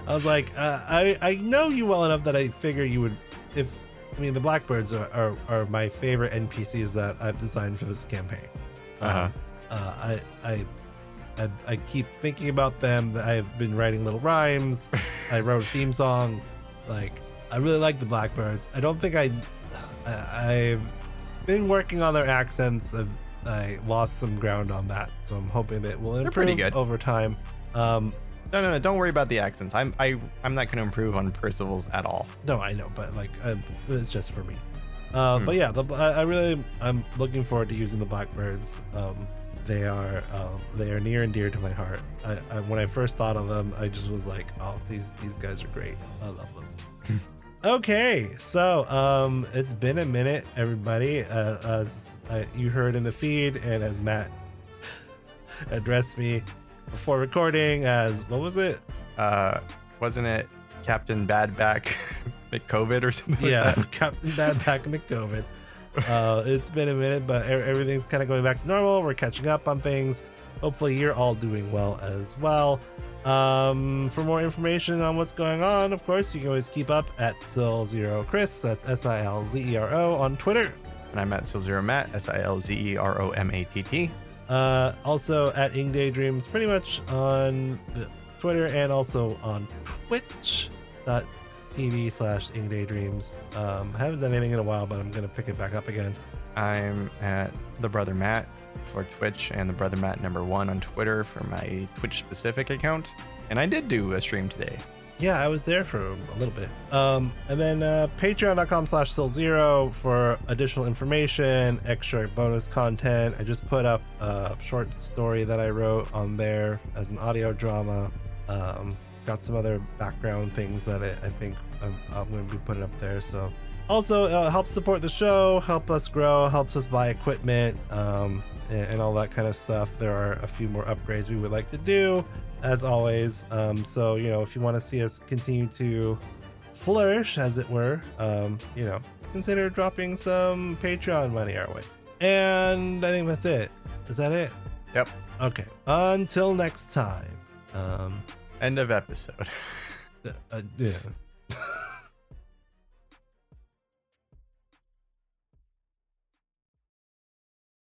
I was like, uh, I I know you well enough that I figure you would. If I mean, the Blackbirds are are, are my favorite NPCs that I've designed for this campaign. Uh-huh. Uh, I I. I, I keep thinking about them. I've been writing little rhymes. I wrote a theme song. Like, I really like the Blackbirds. I don't think I, I I've been working on their accents. I've, I lost some ground on that, so I'm hoping that will improve pretty good. over time. Um, no, no, no. Don't worry about the accents. I'm I I'm not going to improve on Percival's at all. No, I know, but like uh, it's just for me. Uh, But yeah, the, I, I really I'm looking forward to using the Blackbirds. Um, they are um, they are near and dear to my heart. I, I, when I first thought of them, I just was like, oh, these these guys are great. I love them. Okay, so um, it's been a minute, everybody. Uh, as uh, you heard in the feed, and as Matt addressed me before recording, as what was it? Uh, wasn't it Captain Badback McCovid or something? yeah, Like that? Captain Bad back into COVID. Uh, it's been a minute, but e- everything's kind of going back to normal. We're catching up on things. Hopefully, you're all doing well as well. Um, for more information on what's going on, of course, you can always keep up at Sil Zero Chris. That's S I L Z E R O on Twitter. And I'm at Silzero Matt, S I L Z E R O M A T T. Uh, also at Ing Daydreams, pretty much on the Twitter and also on twitch.tv slash Ing Daydreams. Um, I haven't done anything in a while, but I'm going to pick it back up again. I'm at the brother Matt for Twitch and the brother Matt number one on Twitter for my Twitch specific account. And I did do a stream today. Yeah, I was there for a little bit. Um, and then uh, patreon.com slash Sil Zero for additional information, extra bonus content. I just put up a short story that I wrote on there as an audio drama. Um, got some other background things that I, I think I'm, I'm going to be putting up there. So also uh, help support the show, help us grow, helps us buy equipment um, and, and all that kind of stuff. There are a few more upgrades we would like to do as always. Um, so you know, if you want to see us continue to flourish, as it were, um, you know, consider dropping some Patreon money our way. And I think that's it. Is that it? Yep. Okay. Until next time. Um, End of episode. uh, uh, yeah.